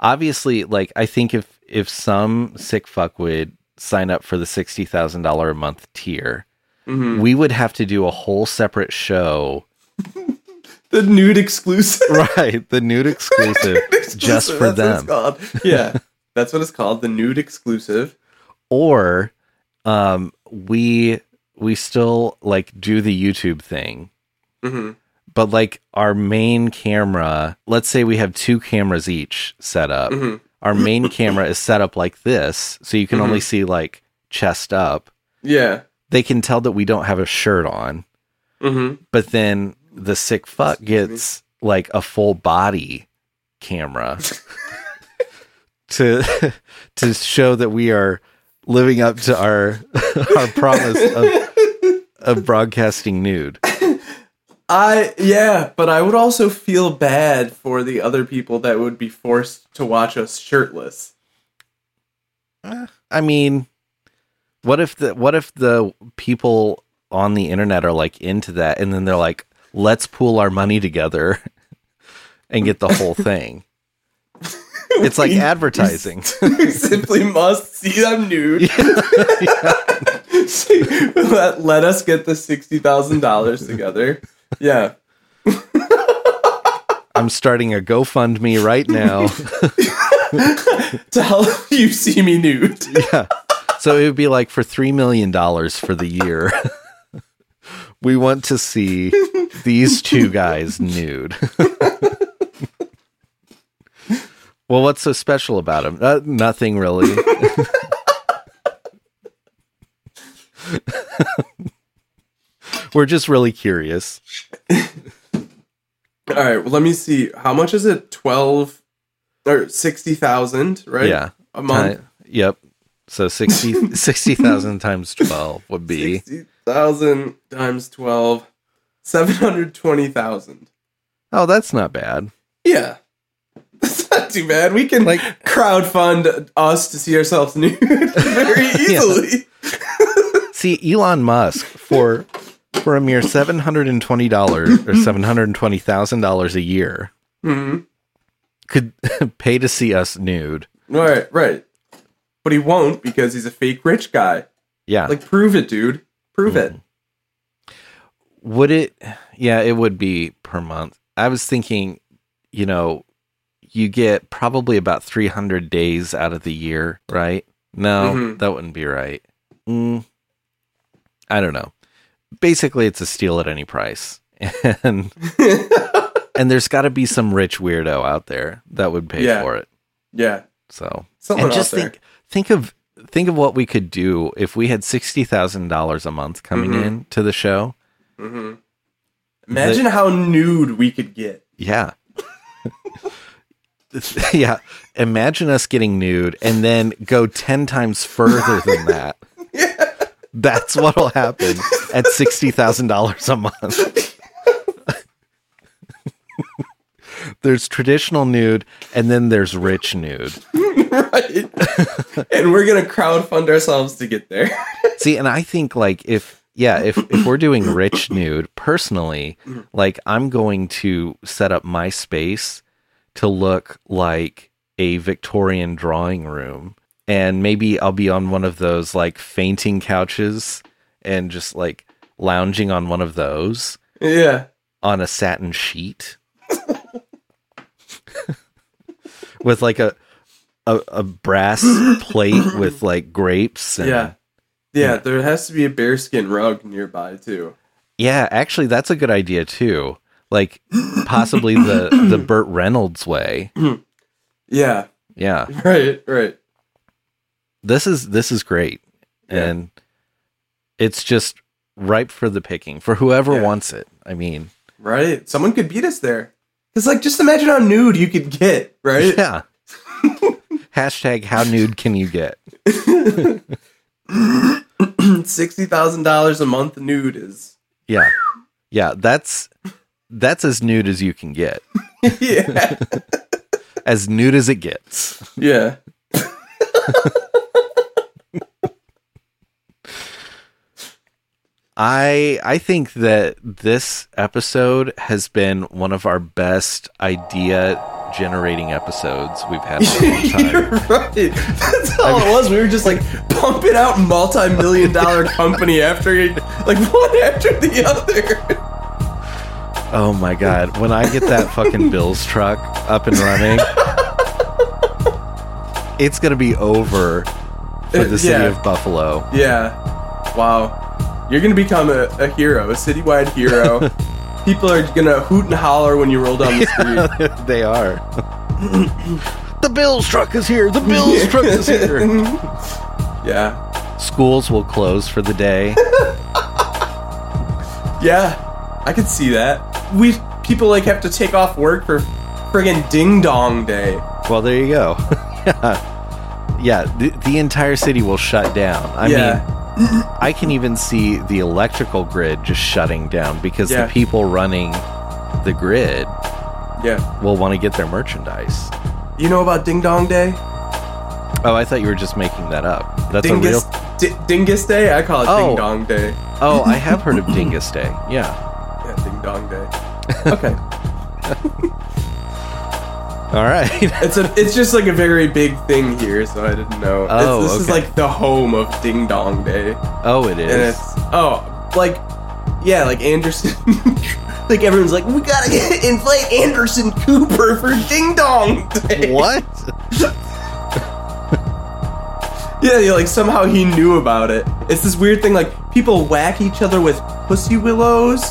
obviously like I think if if some sick fuck would sign up for the sixty thousand dollar a month tier,
Mhm.
we would have to do a whole separate show.
The nude exclusive.
*laughs*
*laughs*
Right. The nude exclusive just
Exclusive,
for
that's what it's
them. *laughs*
called. Yeah, that's what it's called. The nude exclusive.
Or um we we still like do the YouTube thing
hmm
but like our main camera, let's say we have two cameras each set up.
Mhm.
Our *laughs* main camera is set up like this, so you can only see like chest up.
Yeah.
They can tell that we don't have a shirt on,
hmm
but then the sick fuck
Excuse me.
gets like a full body
*laughs*
camera to to show that we are living up to our *laughs* our promise of of broadcasting nude.
I yeah, but I would also feel bad for the other people that would be forced to watch us shirtless. *laughs*
I mean, what if the what if the people on the internet are like into that, and then they're like, "Let's pool our money together and get the whole
*laughs*
thing." it's like advertising.
you simply must see them nude. *laughs* let, let us get the sixty thousand dollars together. Yeah.
I'm starting a GoFundMe right
*laughs*
now.
To help *laughs* you see me nude. *laughs*
yeah. So it would be like for three million dollars for the year. we want to see these two guys nude. *laughs* well, what's so special about them? Uh, nothing really. *laughs* We're just really curious.
Alright, well let me see. How much is it? Twelve or sixty thousand, right?
Yeah.
A month.
Ti- yep. So 60 60,000 times 12 would be
Sixty thousand times twelve. Seven hundred twenty thousand.
Oh, that's not bad.
Yeah. *laughs* That's not too bad. We can
Like-
like crowdfund us to see ourselves *laughs* nude very easily.
See, Elon Musk for for a mere seven hundred and twenty dollars or seven hundred and twenty thousand dollars a year
Mhm.
could *laughs* pay to see us nude.
Right, right. But he won't because he's a fake rich guy.
Yeah,
Like prove it, dude. Prove it.
would it? Yeah, it would be per month. I was thinking, you know, you get probably about three hundred days out of the year, right? No,
Mhm.
that wouldn't be right. Mm, I don't know. Basically, it's a steal at any price, *laughs* and
*laughs*
and there's got to be some rich weirdo out there that would pay
Yeah.
for it.
yeah.
So,
Someone
and just
out there.
think think of think of what we could do if we had sixty thousand dollars a month coming
Mhm.
in to the show.
Imagine how nude we could get.
Yeah. *laughs* yeah. Imagine us getting nude and then go 10 times further than that. That's what'll happen at $60,000 a month. *laughs* there's traditional nude and then there's rich nude.
Right. and we're gonna crowdfund ourselves to get there. *laughs*
See, and I think like if yeah, if if we're doing rich nude, personally, like I'm going to set up my space to look like a Victorian drawing room and maybe I'll be on one of those like fainting couches and just like lounging on one of those
yeah.
on a satin sheet *laughs* with like a a, a brass plate with like grapes and
Yeah. Yeah, there has to be a bearskin rug nearby too.
Yeah, actually, that's a good idea too. Like possibly the
*clears throat*
the Burt Reynolds way.
Yeah. *laughs*
Yeah,
Right, right.
this is this is great,
Yeah.
and it's just ripe for the picking for whoever
Yeah.
wants it. I mean,
Right. Someone could beat us there. Cause like just imagine how nude you could get, right?
yeah. Hashtag how nude can you get?
*laughs* Sixty thousand dollars a month nude
*laughs*
is
Yeah, yeah. That's that's as nude as you can get,
Yeah.
as nude as it gets.
*laughs* yeah.
I I think that this episode has been one of our best idea generating episodes we've had in a long
*laughs*
time.
You're right. That's all it was. We were just like pumping out multi-million dollar *laughs* company after it- like *laughs* one after the other. *laughs*
Oh my god, when I get that fucking Bills truck up and running, it's gonna be over for the city
Yeah.
of Buffalo. *laughs*
Yeah. Wow. You're gonna become a, a hero, a citywide
*laughs*
hero. People are gonna hoot and holler when you roll down the street.
they
*laughs*
are. the Bills truck is here. The Bills truck is here.
*laughs* Yeah.
Schools will close for the day.
Yeah. I could see that. We people like have to take off work for friggin' ding dong day.
Well, there you go. *laughs* yeah, yeah. The, the entire city will shut down. I
yeah.
mean, I can even see the electrical grid just shutting down because
Yeah.
the people running the grid
yeah.
will want to get their merchandise.
You know about ding dong day?
Oh, I thought you were just making that up. That's a
*laughs* Dingus
real.
di- Dingus Day? I call it
Oh.
Ding Dong Day.
Oh, I have heard of Dingus Day. Yeah.
Yeah, Ding Dong Day. Okay.
All right. *laughs*
it's a it's just like a very big thing here, so I didn't know. It's-
Oh,
this is
okay.
like the home of Ding Dong Day.
Oh, it
And
is.
it's oh, like yeah, like Anderson *laughs* like everyone's like, we gotta *laughs* inflate Anderson Cooper for Ding Dong Day.
What?
Yeah, yeah, like somehow he knew about it. It's this weird thing, like people whack each other with
*laughs*
pussy willows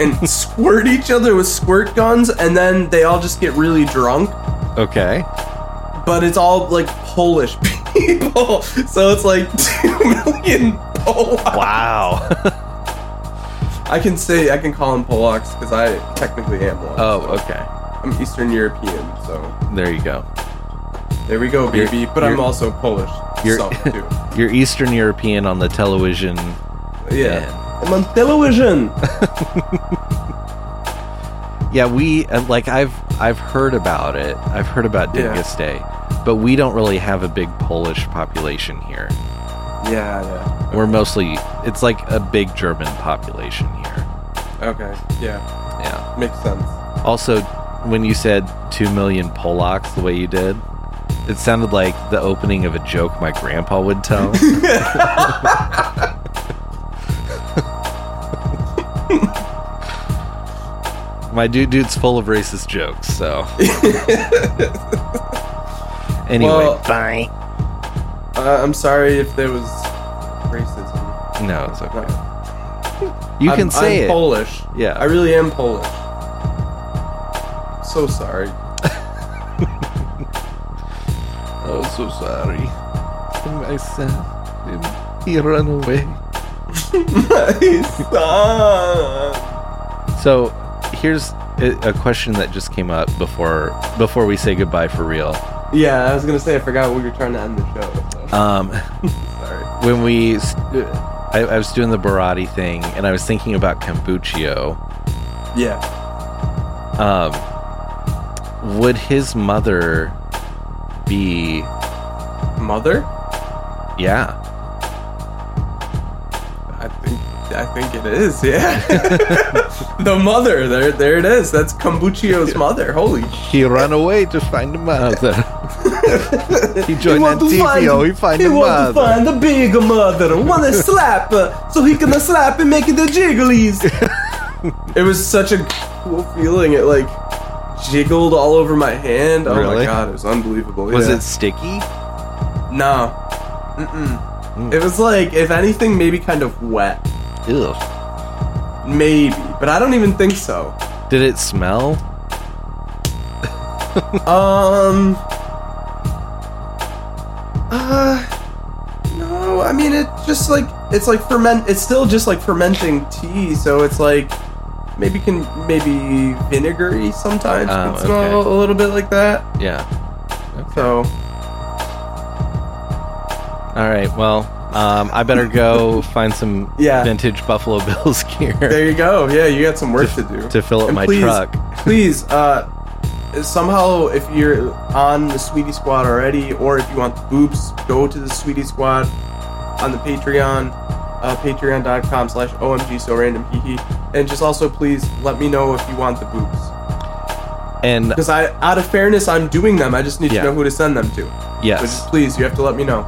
and squirt each other with squirt guns, and then they all just get really drunk.
Okay.
But it's all like Polish *laughs* people, so it's like *laughs* two million Polacks.
Wow. *laughs*
I can say I can call them Polacks because I technically am one.
oh, okay.
I'm Eastern European, so
There you go.
there we go,
You're-
baby. but I'm
you're-
also Polish,
you're-
so
*laughs*
too.
You're Eastern European on the television.
Yeah, I'm on
*laughs*
television.
Yeah, we uh, like I've I've heard about it. I've heard about
Yeah.
Dingus Day, but we don't really have a big Polish population here.
yeah, yeah.
We're mostly it's like a big German population here.
Okay, yeah,
Yeah.
makes sense.
Also, when you said two million Polacks the way you did, it sounded like the opening of a joke my grandpa would
*laughs*
tell. my dude dude's full of racist jokes, so. *laughs* anyway,
Well-
bye.
Uh, I'm sorry if there was racism.
No, it's okay.
No.
You
I'm-
can say
I'm
it.
Polish.
Yeah.
I really am Polish.
*laughs*
So sorry.
Oh, so sorry. My son, he ran away.
My son.
So here's a a question that just came up before before we say goodbye for real.
Yeah, I was gonna say I forgot we were trying to end the show. with, So.
Um,
sorry.
when we, s- uh, I, I was doing the Barati thing, and I was thinking about Cambuccio.
Yeah.
Um, would his mother be?
Mother?
Yeah,
I think I think it is.
*laughs*
Yeah. *laughs* the mother. There, there it is.
*laughs*
That's Kombuchio's mother. Holy. sh-
he ran away to find a mother. *laughs* he joined
want to
Antigio. He find a
want
mother.
to find a bigger mother, wanna slap her, so he can slap and make it
*laughs*
the jigglies. it was such a cool feeling. It like jiggled all over my hand. Oh my
Really?
god, it was unbelievable.
Was
yeah.
it sticky?
No. Mm-mm. It was like, if anything, maybe kind of wet.
Ew.
Maybe, but I don't even think so.
Did it smell?
Um. Uh. No, I mean it. Just like it's like ferment. It's still just like fermenting tea, so it's like maybe can maybe vinegary sometimes.
Oh,
can smell
okay.
a little bit like that.
Yeah.
So
All right. Well, um, I better go *laughs* find some
Yeah.
vintage Buffalo Bills gear
there you go. Yeah, you got some work to do.
to fill up
And
my
please,
truck.
please, uh, somehow if you're on the Sweetie Squad already, or if you want the boobs, go to the Sweetie Squad on the Patreon, uh, patreon.com slash omg so random hee hee. And just also please let me know if you want the boobs.
And
Because I, out of fairness, I'm doing them. I just need
Yeah.
to know who to send them to. But
yes,
please, you have to let me know.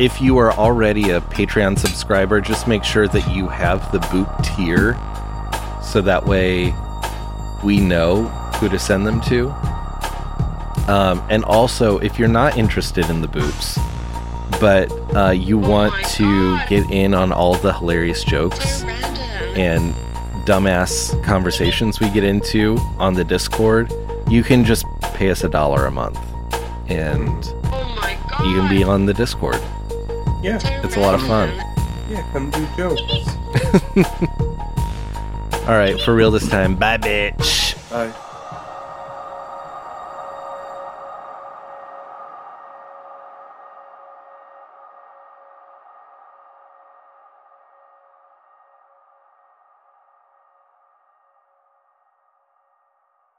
if you are already a Patreon subscriber, just make sure that you have the boot tier so that way we know who to send them to. Um, and also, if you're not interested in the boots, but uh, you want
Oh my
to
God.
get in on all the hilarious jokes
Too random.
and dumbass conversations we get into on the Discord, you can just pay us a dollar a month and
oh my god.
you can be on the Discord.
Yeah,
It's a lot of fun.
yeah, come do jokes.
All right, for real this time. Bye, bitch.
Bye.